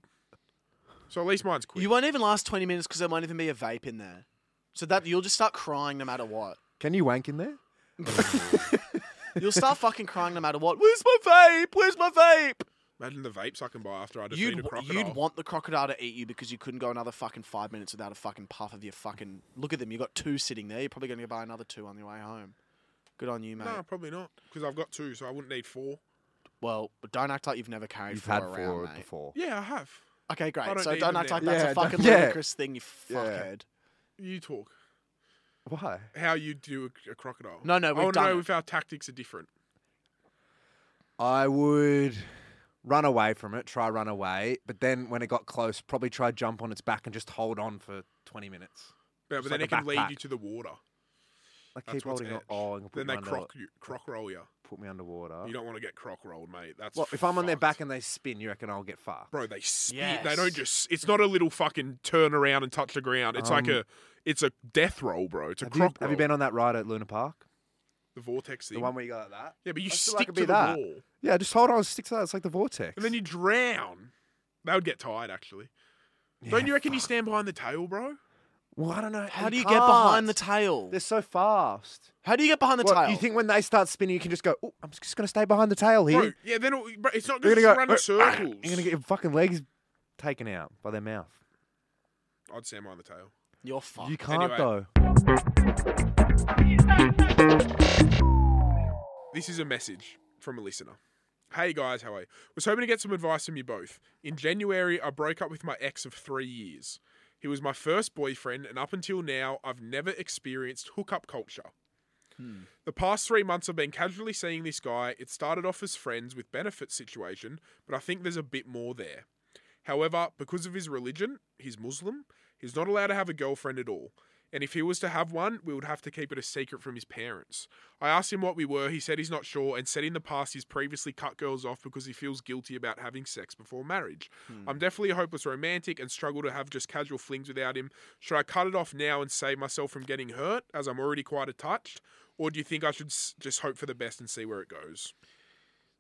[SPEAKER 2] So at least mine's quick.
[SPEAKER 1] You won't even last twenty minutes because there won't even be a vape in there. So that you'll just start crying no matter what.
[SPEAKER 3] Can you wank in there?
[SPEAKER 1] You'll start fucking crying no matter what. Where's my vape? Where's my vape?
[SPEAKER 2] Imagine the vapes I can buy after I defeat
[SPEAKER 1] You'd,
[SPEAKER 2] a
[SPEAKER 1] w-
[SPEAKER 2] crocodile.
[SPEAKER 1] you'd want the crocodile to eat you because you couldn't go another fucking five minutes without a fucking puff of your fucking. Look at them. You got two sitting there. You're probably going to buy another two on your way home. Good on you, mate.
[SPEAKER 2] no, probably not because I've got two, so I wouldn't need four.
[SPEAKER 1] Well, but don't act like you've never carried
[SPEAKER 3] You've
[SPEAKER 1] four
[SPEAKER 3] had
[SPEAKER 1] around,
[SPEAKER 3] four
[SPEAKER 1] mate.
[SPEAKER 3] before.
[SPEAKER 2] Yeah, I have.
[SPEAKER 1] Okay, great.
[SPEAKER 2] don't
[SPEAKER 1] so
[SPEAKER 2] need
[SPEAKER 1] don't
[SPEAKER 2] them
[SPEAKER 1] act like
[SPEAKER 2] now.
[SPEAKER 1] that's
[SPEAKER 3] Yeah,
[SPEAKER 1] a fucking
[SPEAKER 3] don't- yeah.
[SPEAKER 1] ludicrous thing, you
[SPEAKER 3] Yeah.
[SPEAKER 1] fuckhead.
[SPEAKER 2] You talk.
[SPEAKER 3] Why?
[SPEAKER 2] How you do a, a crocodile? Oh,
[SPEAKER 1] No, no,
[SPEAKER 2] I
[SPEAKER 1] we've
[SPEAKER 2] want to
[SPEAKER 1] done
[SPEAKER 2] know
[SPEAKER 1] it.
[SPEAKER 2] if our tactics are different.
[SPEAKER 3] I would run away from it, try run away, but then when it got close, probably try jump on its back and just hold on for 20 minutes.
[SPEAKER 2] Yeah,
[SPEAKER 3] Just
[SPEAKER 2] but then
[SPEAKER 3] like
[SPEAKER 2] it
[SPEAKER 3] a
[SPEAKER 2] can lead you
[SPEAKER 3] backpack.
[SPEAKER 2] to the water.
[SPEAKER 3] Like
[SPEAKER 2] That's
[SPEAKER 3] keep
[SPEAKER 2] what's
[SPEAKER 3] holding on.
[SPEAKER 2] edge.
[SPEAKER 3] Oh, and put
[SPEAKER 2] Then
[SPEAKER 3] me,
[SPEAKER 2] they
[SPEAKER 3] under,
[SPEAKER 2] croc you, croc roll you.
[SPEAKER 3] put me underwater.
[SPEAKER 2] You don't want to get croc rolled, mate. That's
[SPEAKER 3] Well, if I'm on their
[SPEAKER 2] fucked.
[SPEAKER 3] back and they spin, you reckon I'll get far?
[SPEAKER 2] bro, they spit. They don't
[SPEAKER 1] Yes.
[SPEAKER 2] just. It's not a little fucking turn around and touch the ground. It's like
[SPEAKER 3] Um,
[SPEAKER 2] a. It's a death roll, bro. It's a
[SPEAKER 3] Have you,
[SPEAKER 2] croc
[SPEAKER 3] have
[SPEAKER 2] roll.
[SPEAKER 3] you been on that ride at Luna Park?
[SPEAKER 2] the vortex
[SPEAKER 3] The
[SPEAKER 2] thing.
[SPEAKER 3] one where you go like that?
[SPEAKER 2] yeah, but you
[SPEAKER 3] I feel
[SPEAKER 2] stick
[SPEAKER 3] like it'd be
[SPEAKER 2] to the
[SPEAKER 3] that.
[SPEAKER 2] wall
[SPEAKER 3] Yeah, just hold on, stick to that. It's like the vortex.
[SPEAKER 2] and then you drown. They would get tired, actually.
[SPEAKER 3] Yeah,
[SPEAKER 2] don't you reckon you
[SPEAKER 3] fuck.
[SPEAKER 2] stand behind the tail, bro?
[SPEAKER 3] Well, I don't know.
[SPEAKER 1] How do you get behind the tail?
[SPEAKER 3] They're so fast.
[SPEAKER 1] How do you get behind the
[SPEAKER 3] What,
[SPEAKER 1] tail?
[SPEAKER 3] You think when they start spinning, you can just go, oh, I'm just going to stay behind the tail here.
[SPEAKER 2] Bro, yeah. Then it, bro, it's not
[SPEAKER 3] You're
[SPEAKER 2] going to
[SPEAKER 3] gonna go,
[SPEAKER 2] run
[SPEAKER 3] "Uh,
[SPEAKER 2] in circles.
[SPEAKER 3] You're going to get your fucking legs taken out by their mouth.
[SPEAKER 2] I'd stand behind the tail.
[SPEAKER 1] You're fucked.
[SPEAKER 3] You can't,
[SPEAKER 2] Anyway.
[SPEAKER 3] though.
[SPEAKER 2] This is a message from a listener. Hey guys, how are you? Was hoping to get some advice from you both. In January, I broke up with my ex of three years. He was my first boyfriend, and up until now, I've never experienced hookup culture. The past three months, I've been casually seeing this guy. It started off as friends with benefit situation, but I think there's a bit more there. However, because of his religion, he's Muslim, he's not allowed to have a girlfriend at all. And if he was to have one, we would have to keep it a secret from his parents. I asked him what we were, he said he's not sure, and said in the past he's previously cut girls off because he feels guilty about having sex before marriage. I'm definitely a hopeless romantic and struggle to have just casual flings without him. Should I cut it off now and save myself from getting hurt, as I'm already quite attached? Or do you think I should s- just hope for the best and see where it goes?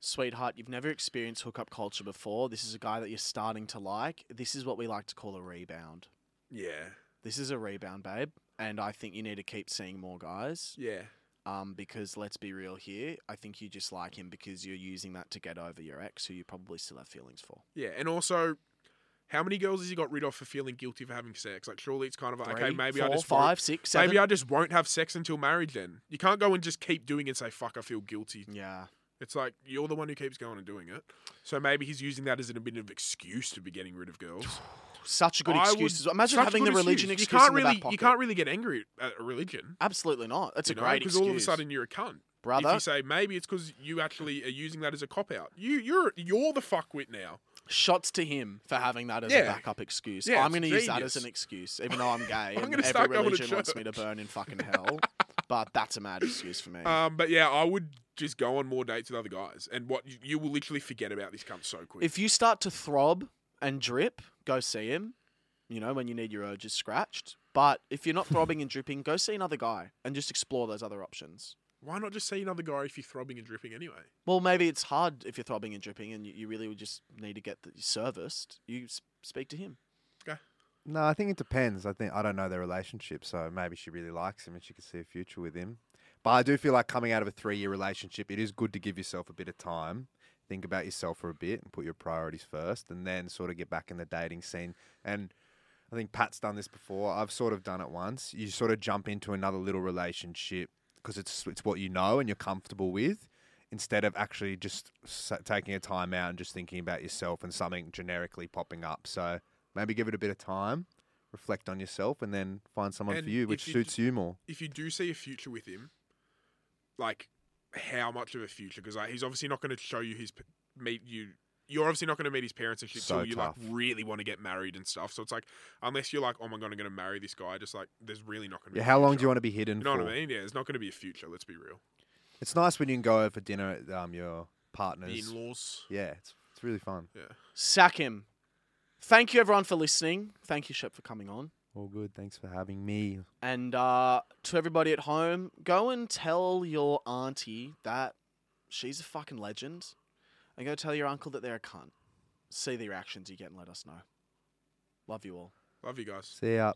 [SPEAKER 1] Sweetheart, you've never experienced hookup culture before. This is a guy that you're starting to like. This is what we like to call a rebound.
[SPEAKER 2] Yeah.
[SPEAKER 1] This is a rebound, babe. And I think you need to keep seeing more guys.
[SPEAKER 2] Yeah.
[SPEAKER 1] Um, because let's be real here, I think you just like him because you're using that to get over your ex, who you probably still have feelings for.
[SPEAKER 2] Yeah, and also, how many girls has he got rid of for feeling guilty for having sex? Like, surely it's kind of like,
[SPEAKER 1] Three,
[SPEAKER 2] okay, maybe I
[SPEAKER 1] four,
[SPEAKER 2] just won't-
[SPEAKER 1] five, six, seven.
[SPEAKER 2] maybe I just won't have sex until marriage. Then you can't go and just keep doing it and say, "Fuck, I feel guilty."
[SPEAKER 1] yeah.
[SPEAKER 2] It's like you're the one who keeps going and doing it. So maybe he's using that as a bit of excuse to be getting rid of girls.
[SPEAKER 1] Such a good
[SPEAKER 2] I would-
[SPEAKER 1] excuse. as well. Imagine
[SPEAKER 2] such
[SPEAKER 1] having the
[SPEAKER 2] good
[SPEAKER 1] religion
[SPEAKER 2] excuse.
[SPEAKER 1] excuse
[SPEAKER 2] You can't
[SPEAKER 1] in the
[SPEAKER 2] really,
[SPEAKER 1] back pocket.
[SPEAKER 2] you can't really get angry at a religion.
[SPEAKER 1] Absolutely not. That's
[SPEAKER 2] you
[SPEAKER 1] a
[SPEAKER 2] know,
[SPEAKER 1] great
[SPEAKER 2] because
[SPEAKER 1] excuse.
[SPEAKER 2] all of a sudden you're a cunt.
[SPEAKER 1] brother,
[SPEAKER 2] If you say maybe it's because you actually are using that as a cop out. You, you're, you're the fuckwit now.
[SPEAKER 1] shots to him for having that as a
[SPEAKER 2] Yeah.
[SPEAKER 1] backup excuse.
[SPEAKER 2] Yeah,
[SPEAKER 1] I'm going to
[SPEAKER 2] it's
[SPEAKER 1] use that as
[SPEAKER 2] genius.
[SPEAKER 1] an excuse, even though I'm gay and
[SPEAKER 2] gonna
[SPEAKER 1] every
[SPEAKER 2] start going to
[SPEAKER 1] religion wants me to burn in fucking hell. but that's a mad excuse for me.
[SPEAKER 2] Um, but yeah, I would just go on more dates with other guys, and what you, you will literally forget about this cunt so quick.
[SPEAKER 1] if you start to throb and drip, go see him. You know, when you need your urges scratched. But if you're not throbbing and dripping, go see another guy and just explore those other options.
[SPEAKER 2] Why not just see another guy if you're throbbing and dripping anyway?
[SPEAKER 1] Well, maybe it's hard if you're throbbing and dripping and you, you really would just need to get the, serviced. You s- speak to him.
[SPEAKER 3] No, I think it depends. I think I don't know their relationship, so maybe she really likes him and she could see a future with him. But I do feel like coming out of a three-year relationship, it is good to give yourself a bit of time, think about yourself for a bit, and put your priorities first, and then sort of get back in the dating scene. And I think Pat's done this before. I've sort of done it once. You sort of jump into another little relationship because it's it's what you know and you're comfortable with, instead of actually just s- taking a time out and just thinking about yourself and something generically popping up. So maybe give it a bit of time, reflect on yourself, and then find someone
[SPEAKER 2] And
[SPEAKER 3] for you
[SPEAKER 2] if
[SPEAKER 3] which
[SPEAKER 2] you d-
[SPEAKER 3] suits you more.
[SPEAKER 2] If you do see a future with him, like how much of a future? Because like, he's obviously not going to show you his p- meet you. You're obviously not going to meet his parents and shit
[SPEAKER 3] So
[SPEAKER 2] till you
[SPEAKER 3] tough.
[SPEAKER 2] like really want to get married and stuff. So it's like unless you're like, oh my god, I'm going to marry this guy, just like there's really not going to.
[SPEAKER 3] Yeah,
[SPEAKER 2] be
[SPEAKER 3] how long do you want to be hidden
[SPEAKER 2] You know
[SPEAKER 3] for?
[SPEAKER 2] what I mean? Yeah, there's not going to be a future. Let's be real.
[SPEAKER 3] It's nice when you can go out for dinner at um, your
[SPEAKER 2] The
[SPEAKER 3] partner's.
[SPEAKER 2] in-laws.
[SPEAKER 3] Yeah, it's it's really fun.
[SPEAKER 2] Yeah.
[SPEAKER 1] Sack him. Thank you, everyone, for listening. Thank you, Shep, for coming on.
[SPEAKER 3] All good. Thanks for having me.
[SPEAKER 1] And uh, to everybody at home, go and tell your auntie that she's a fucking legend. And go tell your uncle that they're a cunt. See the reactions you get and let us know. Love you all.
[SPEAKER 2] Love you guys.
[SPEAKER 3] See ya.